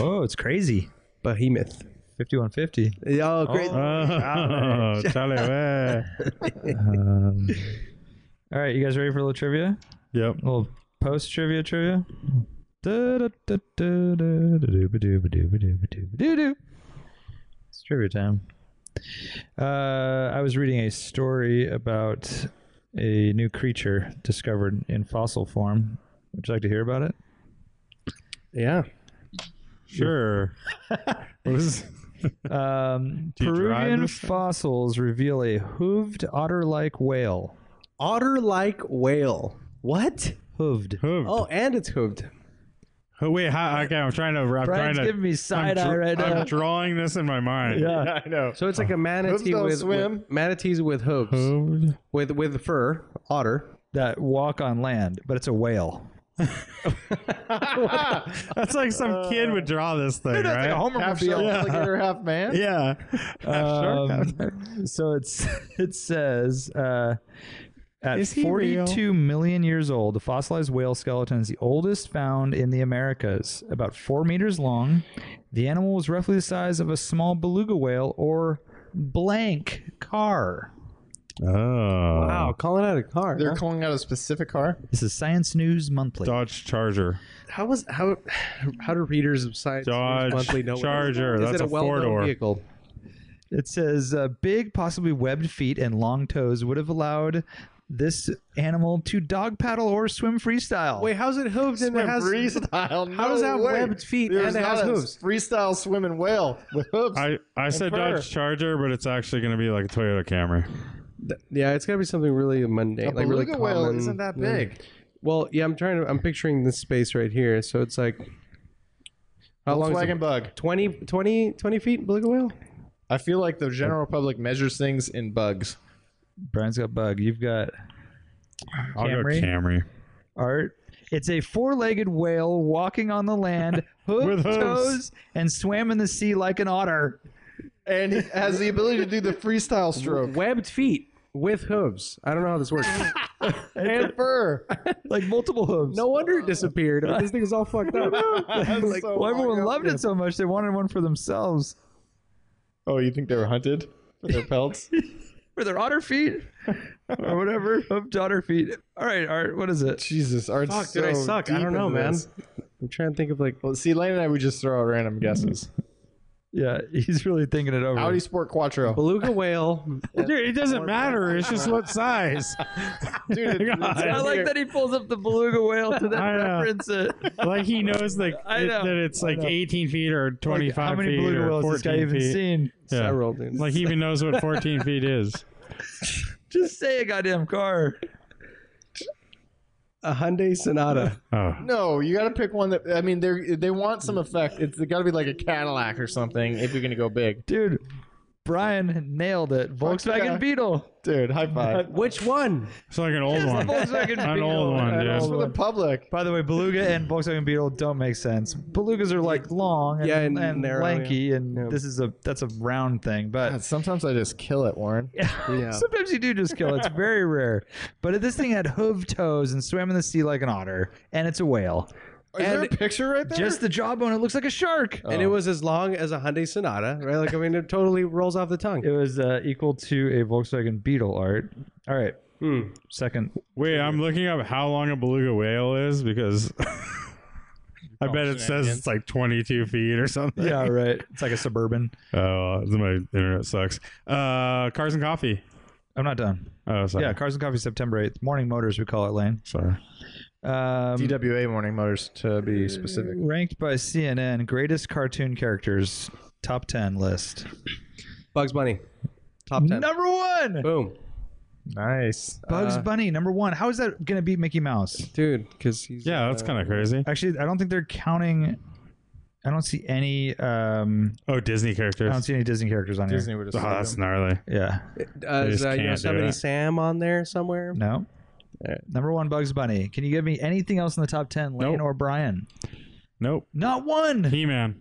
S2: Oh, it's crazy.
S1: Behemoth.
S2: 5150.
S1: Oh, great.
S3: uh,
S4: Oh, Charlie way.
S2: Um, all right, you guys ready for a little trivia?
S4: Yep.
S2: A little post trivia trivia? Da-da-da-da-da-da-ba-doo-ba-doo-ba-doo-ba-doo-ba-doo-ba-doo. It's trivia time. Uh, I was reading a story about a new creature discovered in fossil form. Would you like to hear about it?
S1: Yeah.
S4: Sure. what is
S2: Um,
S4: Do you drive
S2: Peruvian
S4: this thing?
S2: fossils reveal a hooved otter like whale.
S1: Otter-like whale. What?
S2: Hooved.
S4: hooved?
S1: Oh, and it's hooved.
S4: Oh, wait, hi, okay, I'm trying to I'm
S2: Brian's
S4: trying to
S2: giving me side
S4: I'm,
S2: eye
S4: dr-
S2: right
S4: I'm
S2: now.
S4: drawing this in my mind.
S2: Yeah.
S3: I know.
S1: So it's like a manatee
S3: don't
S1: with,
S3: swim.
S1: with- manatees with hooves,
S4: Hooved.
S1: with with fur, otter.
S2: that walk on land, but it's a whale.
S4: That's like
S2: Uh,
S4: some kid would draw this thing, right?
S3: half shell,
S4: Yeah.
S3: alligator, half man.
S4: yeah.
S2: Um, so it's it says uh, At
S4: Is he real?
S2: 42 million years old, the fossilized whale skeleton is the oldest found in the Americas. About four meters long, the animal was roughly the size of a small beluga whale or blank car.
S4: Oh.
S1: Wow, calling out a car.
S3: They're
S1: huh?
S3: calling out a specific car.
S2: This is Science News Monthly.
S4: Dodge Charger.
S1: How was how how do readers of Science News
S4: Dodge
S1: Monthly know? what it is?
S4: Charger,
S1: Is
S4: that's
S1: it a,
S4: a
S1: well-known
S4: four-door.
S1: vehicle?
S2: It says uh, big, possibly webbed feet and long toes would have allowed this animal to dog paddle or swim freestyle.
S1: Wait, how's it hooved and it has?
S3: freestyle.
S1: How does that webbed feet
S3: There's
S1: and it has
S3: not a
S1: hooves?
S3: Freestyle swimming whale with hooves.
S4: I, I said
S3: fur.
S4: Dodge Charger, but it's actually going to be like a Toyota Camry.
S1: Th- Yeah, it's got to be something really mundane,
S3: a
S1: like really
S3: beluga
S1: common.
S3: whale isn't that
S1: Yeah.
S3: big.
S1: Well, yeah, I'm trying to. I'm picturing this space right here, so it's like how long? Is
S3: Volkswagen
S1: it?
S3: bug.
S1: 20, 20, 20 feet beluga whale.
S3: I feel like the general public measures things in bugs.
S2: Brian's got bug. You've got
S4: I'll
S2: Camry?
S4: go Camry.
S2: art. It's a four-legged whale walking on the land, hooked
S4: With hooves.
S2: toes, and swam in the sea like an otter.
S3: And it has the ability to do the freestyle stroke.
S1: Webbed feet with hooves. I don't know how this works.
S3: And fur.
S2: Like multiple hooves.
S1: no wonder it disappeared. This thing is all fucked up.
S3: Like,
S2: Well, everyone loved it so much they wanted one for themselves.
S3: Oh, you think they were hunted for their pelts?
S2: For their otter feet or whatever. Hooked otter feet. All right, Art, what is it?
S3: Jesus, Art's
S1: Fuck, dude, I
S3: so
S1: suck. I
S3: deep
S1: don't know,
S3: into
S1: man.
S3: this.
S1: I'm trying to think of like
S3: Well, see, Lane and I would just throw out random guesses.
S2: Yeah, he's really thinking it over.
S3: Audi Sport Quattro.
S1: beluga whale.
S4: Dude, it doesn't matter. It's just what size.
S3: Dude, it-
S2: I like that he pulls up the beluga whale to then
S4: I know.
S2: reference it.
S4: Like he knows like
S2: I
S4: it-
S2: know.
S4: that it's like 18 feet or
S2: Like,
S4: 25
S2: how many
S4: feet
S2: beluga
S4: or
S2: whales this guy
S4: 14
S2: even
S4: feet.
S2: seen?
S4: Yeah.
S1: Several, dude.
S4: Like he even knows what 14 feet is.
S2: Just say a goddamn car.
S1: a Hyundai Sonata.
S4: Oh.
S3: No, you got to pick one that. I mean, they they want some effect. It's got to be like a Cadillac or something if you're gonna go big.
S2: Dude, Brian nailed it. Volkswagen
S3: yeah.
S2: Beetle.
S3: Dude, high five.
S1: Which one?
S4: It's like an old
S2: It's
S4: one.
S2: the Volkswagen
S4: An
S2: Beetle.
S4: old one,
S2: An
S4: dude.
S3: That's
S2: old
S3: for the
S2: one.
S3: public.
S2: By the way, Beluga and Volkswagen Beetle don't make sense. Belugas are like long and,
S1: Yeah, and
S2: and
S1: narrow,
S2: lanky,
S1: yeah.
S2: and
S1: Yeah.
S2: this is a that's a round thing. But
S3: Sometimes I just kill it, Warren.
S1: Yeah.
S2: sometimes you do just kill. it. It's very rare. But this thing had hoof toes and swam in the sea like an otter, and it's a whale.
S3: Is there a
S1: And-
S3: picture right there?
S2: Just the jawbone, it looks like a shark.
S1: And it was as long as a Hyundai Sonata, right? Like I mean, it totally rolls off the tongue.
S2: It was uh, equal to a Volkswagen Beetle. Art. All right.
S1: Hmm.
S2: Second.
S4: Wait, I'm looking up how long a beluga whale is because I bet it says it's like 22 feet or something.
S2: Oh, Yeah. Right. It's like a suburban.
S4: Oh, my internet sucks. Uh, cars and coffee.
S2: I'm not done.
S4: Oh, sorry.
S2: Yeah. Cars and Coffee, September 8th. Morning Motors, we call it, Lane.
S4: sorry.
S2: Um,
S3: DWA Morning Motors to be specific.
S2: ranked by CNN greatest cartoon characters top 10 list.
S1: Bugs Bunny, top ten. Uh,
S2: Number 1.
S1: Boom,
S3: Nice.
S2: Bugs Bunny number 1. How is that going to beat Mickey Mouse?
S1: dude. Because he's uh,
S4: Yeah,
S2: Uh,
S4: that's kind of crazy.
S2: Actually, I don't think they're counting I don't see any um
S4: Oh, Disney
S2: I don't
S4: characters.
S2: see any Disney characters on
S3: Disney would
S4: Oh,
S3: have.
S4: that's gnarly.
S2: here. Yeah.
S1: uh,
S4: They
S1: is,
S4: just
S1: uh, you know,
S4: can't do
S1: somebody
S4: that.
S1: Sam on there somewhere.
S2: No. Number 1 Bugs Bunny. Can you give me anything else in the top 10 Lane
S4: Nope.
S2: or Brian?
S4: Nope.
S2: Not one.
S4: He Man.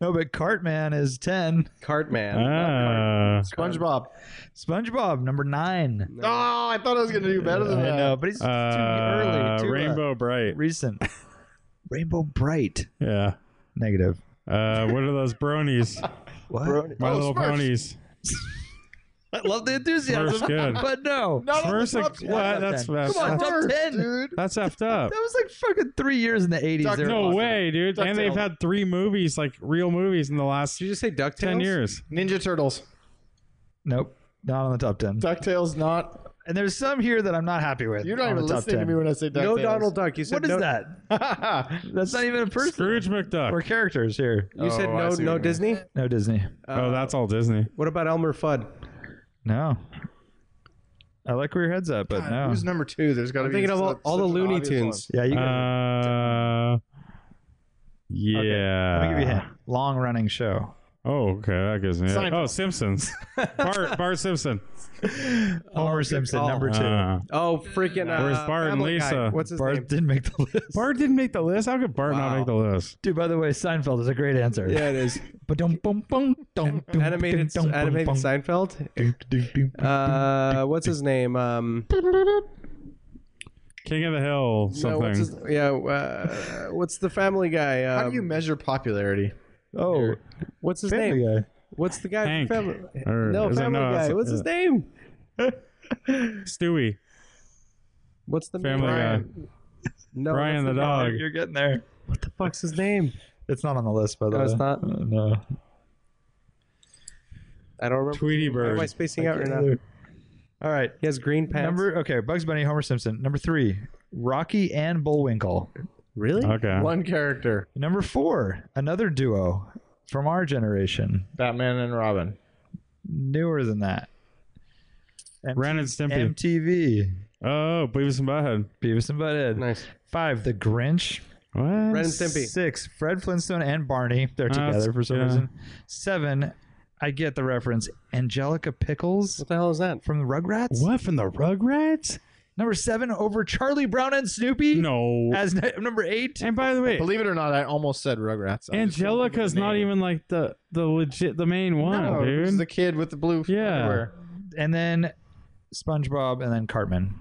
S2: No, but Cartman is 10.
S1: Cartman.
S4: Ah.
S3: SpongeBob.
S2: SpongeBob number 9.
S3: Oh, I thought I was gonna do better than that.
S2: I know, but he's too early,
S4: Uh,
S2: too uh,
S4: Rainbow Bright.
S2: recent. Rainbow Bright.
S4: Yeah.
S2: Negative.
S4: Uh, what are those bronies?
S2: What?
S4: My
S3: Oh, Smurfs.
S4: Little Ponies.
S2: I love the enthusiasm,
S4: Smurfs good.
S2: but no.
S3: Not on the
S4: Smurfs,
S3: top
S4: like, what? That's, that's,
S2: Come on,
S4: that's,
S2: top
S3: Smurfs,
S2: ten.
S3: dude.
S4: effed
S2: That
S4: up.
S2: was like fucking three years in the eighties.
S3: Duck-
S2: They were
S4: No
S2: awesome.
S4: way, dude. And they've
S3: DuckTales.
S4: had three movies, like real movies, in the last
S1: Did you just say Ducktales?
S4: 10 years.
S3: Ninja Turtles.
S2: Nope. Not on the top ten.
S3: Ducktales. Not.
S2: And there's some here that I'm not happy with.
S3: You're not
S2: on
S3: even
S2: the top
S3: listening
S2: 10.
S3: to me when I say Ducktales.
S1: No Donald Duck. You said
S2: What is
S1: no,
S2: that?
S3: that?
S2: That's not even a person
S4: Scrooge McDuck.
S2: or characters here.
S1: You said
S3: Oh, I
S1: no,
S3: see what you
S1: no
S3: mean.
S1: Disney. Uh,
S2: No Disney.
S4: oh, that's all Disney.
S1: What about Elmer Fudd?
S2: No. I like where your head's at, but no.
S3: Who's number two? There's got to
S1: I'm
S3: be.
S1: thinking of all,
S3: such-
S1: all the
S3: such an
S1: Looney
S3: obvious
S1: Tunes.
S2: Yeah, you. Got
S4: Uh, yeah.
S2: Let me give you a hint. Long running show.
S4: Oh, okay. That gives me.
S3: Seinfeld.
S4: Oh, Simpsons. Bart, Bart Simpson.
S2: Homer Simpson,
S1: call.
S2: number two.
S4: Uh,
S1: Oh, freaking! Uh,
S4: Where's Bart and
S1: Family Guy.
S4: Lisa?
S1: What's his
S2: Bart
S1: name?
S2: didn't make the list.
S4: Bart didn't make the list. How could Bart
S1: Wow.
S4: not make the list?
S2: Dude, by the way, Seinfeld is a great answer.
S1: Yeah, it is.
S2: But don't boom boom don't
S1: Animated, animated Seinfeld. Uh, what's his name? Um,
S4: King of the Hill.
S1: no,
S4: Something.
S1: what's his, yeah. Uh, what's the Family Guy? Um,
S3: How do you measure popularity?
S2: Oh,
S1: what's his
S2: Family
S1: name?
S2: Guy.
S1: What's the guy?
S4: Hank.
S1: Family,
S4: Or-
S1: no,
S4: is it-
S1: Family
S4: no, it's- uh,
S1: Guy. What's his name?
S4: Stewie.
S1: What's the
S4: Family
S1: name?
S4: Guy.
S1: No,
S4: Brian the
S1: that's
S4: dog.
S2: Oh, You're getting there.
S1: What the fuck's his name?
S2: It's not on the list, by the
S1: No,
S2: way.
S1: it's not.
S2: Uh, No.
S1: I don't remember.
S4: Tweety
S1: Why am I
S4: Bird.
S1: spacing out right now?
S2: All right.
S1: He has green pants.
S2: Number okay, Bugs Bunny, Homer Simpson. Number three, Rocky and Bullwinkle.
S1: really?
S4: Okay.
S3: One character.
S2: Number four, another duo from our generation,
S3: Batman and Robin.
S2: newer than that. M-
S4: Ren and Stimpy.
S2: MTV,
S4: oh, Beavis and Butthead.
S2: Beavis and Butthead.
S1: Nice.
S2: Five, The Grinch.
S4: What?
S1: Ren and Stimpy.
S2: Six, Fred Flintstone and Barney. They're
S4: Uh,
S2: together for some
S4: yeah.
S2: reason. Seven, I get the reference. Angelica Pickles
S1: What the hell is that?
S2: from the Rugrats.
S4: What from the Rugrats?
S2: Number seven, over Charlie Brown and Snoopy.
S4: No.
S2: As n- number eight.
S4: and by the way,
S3: Believe it or not, I almost said Rugrats. I just remembered
S4: Angelica's
S3: the
S4: not
S3: name.
S4: even like the the legit the main one,
S3: No, it was
S4: dude.
S3: the kid with the blue.
S4: Yeah.
S3: underwear.
S2: and then SpongeBob, and then Cartman.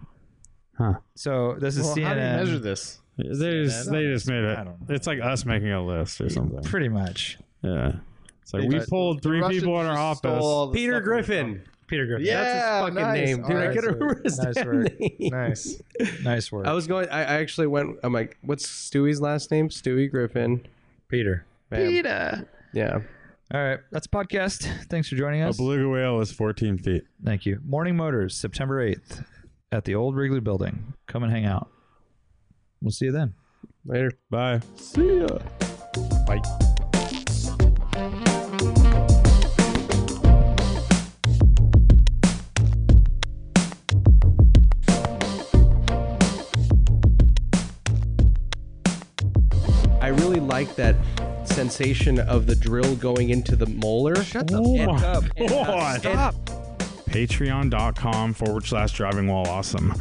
S4: Huh.
S2: So this is
S3: Well,
S2: CNN.
S3: how do you measure this?
S4: they just they just made it.
S2: I don't know.
S4: It's like us making a list or something.
S2: Pretty much.
S4: Yeah. It's like
S3: They
S4: we
S3: just-
S4: pulled three
S3: Russians
S4: people in our
S3: just stole all
S4: office.
S3: the
S1: Peter
S3: stuff.
S1: Griffin.
S2: Peter Griffin.
S3: Yeah,
S1: That's his fucking
S3: nice.
S1: name, dude.
S3: All
S1: I
S3: right,
S1: can't
S3: so-
S1: remember his
S2: nice
S1: damn
S2: work.
S1: name.
S3: Nice.
S2: Nice work.
S1: I was going. I, I actually went. I'm like, what's Stewie's last name? Stewie Griffin.
S2: Peter.
S1: Bam.
S2: Peter.
S1: Yeah.
S2: All right. That's a podcast. Thanks for joining
S4: A
S2: us.
S4: beluga whale is 14 feet.
S2: Thank you. Morning Motors, September 8th at the old Wrigley building. Come and hang out. We'll see you then.
S1: Later.
S4: Bye.
S1: I really like that sensation of the drill going into the molar. Shut the fuck up. And, uh, Stop.
S4: patreon.com forward slash driving while awesome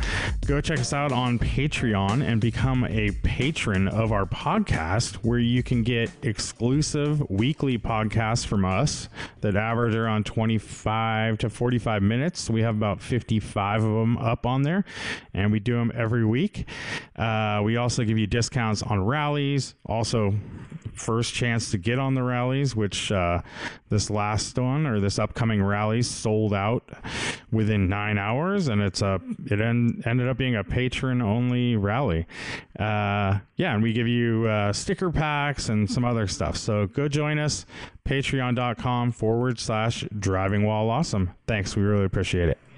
S4: go check us out on patreon and become a patron of our podcast where you can get exclusive weekly podcasts from us that average around 25 to 45 minutes we have about 55 of them up on there and we do them every week uh, we also give you discounts on rallies also first chance to get on the rallies, which uh, this last one or this upcoming rally sold out within nine hours, and it's a it en- ended up being a patron only rally. Uh, yeah, and we give you uh, sticker packs and some other stuff. So go join us, patreon.com forward slash driving while awesome. Thanks, we really appreciate it.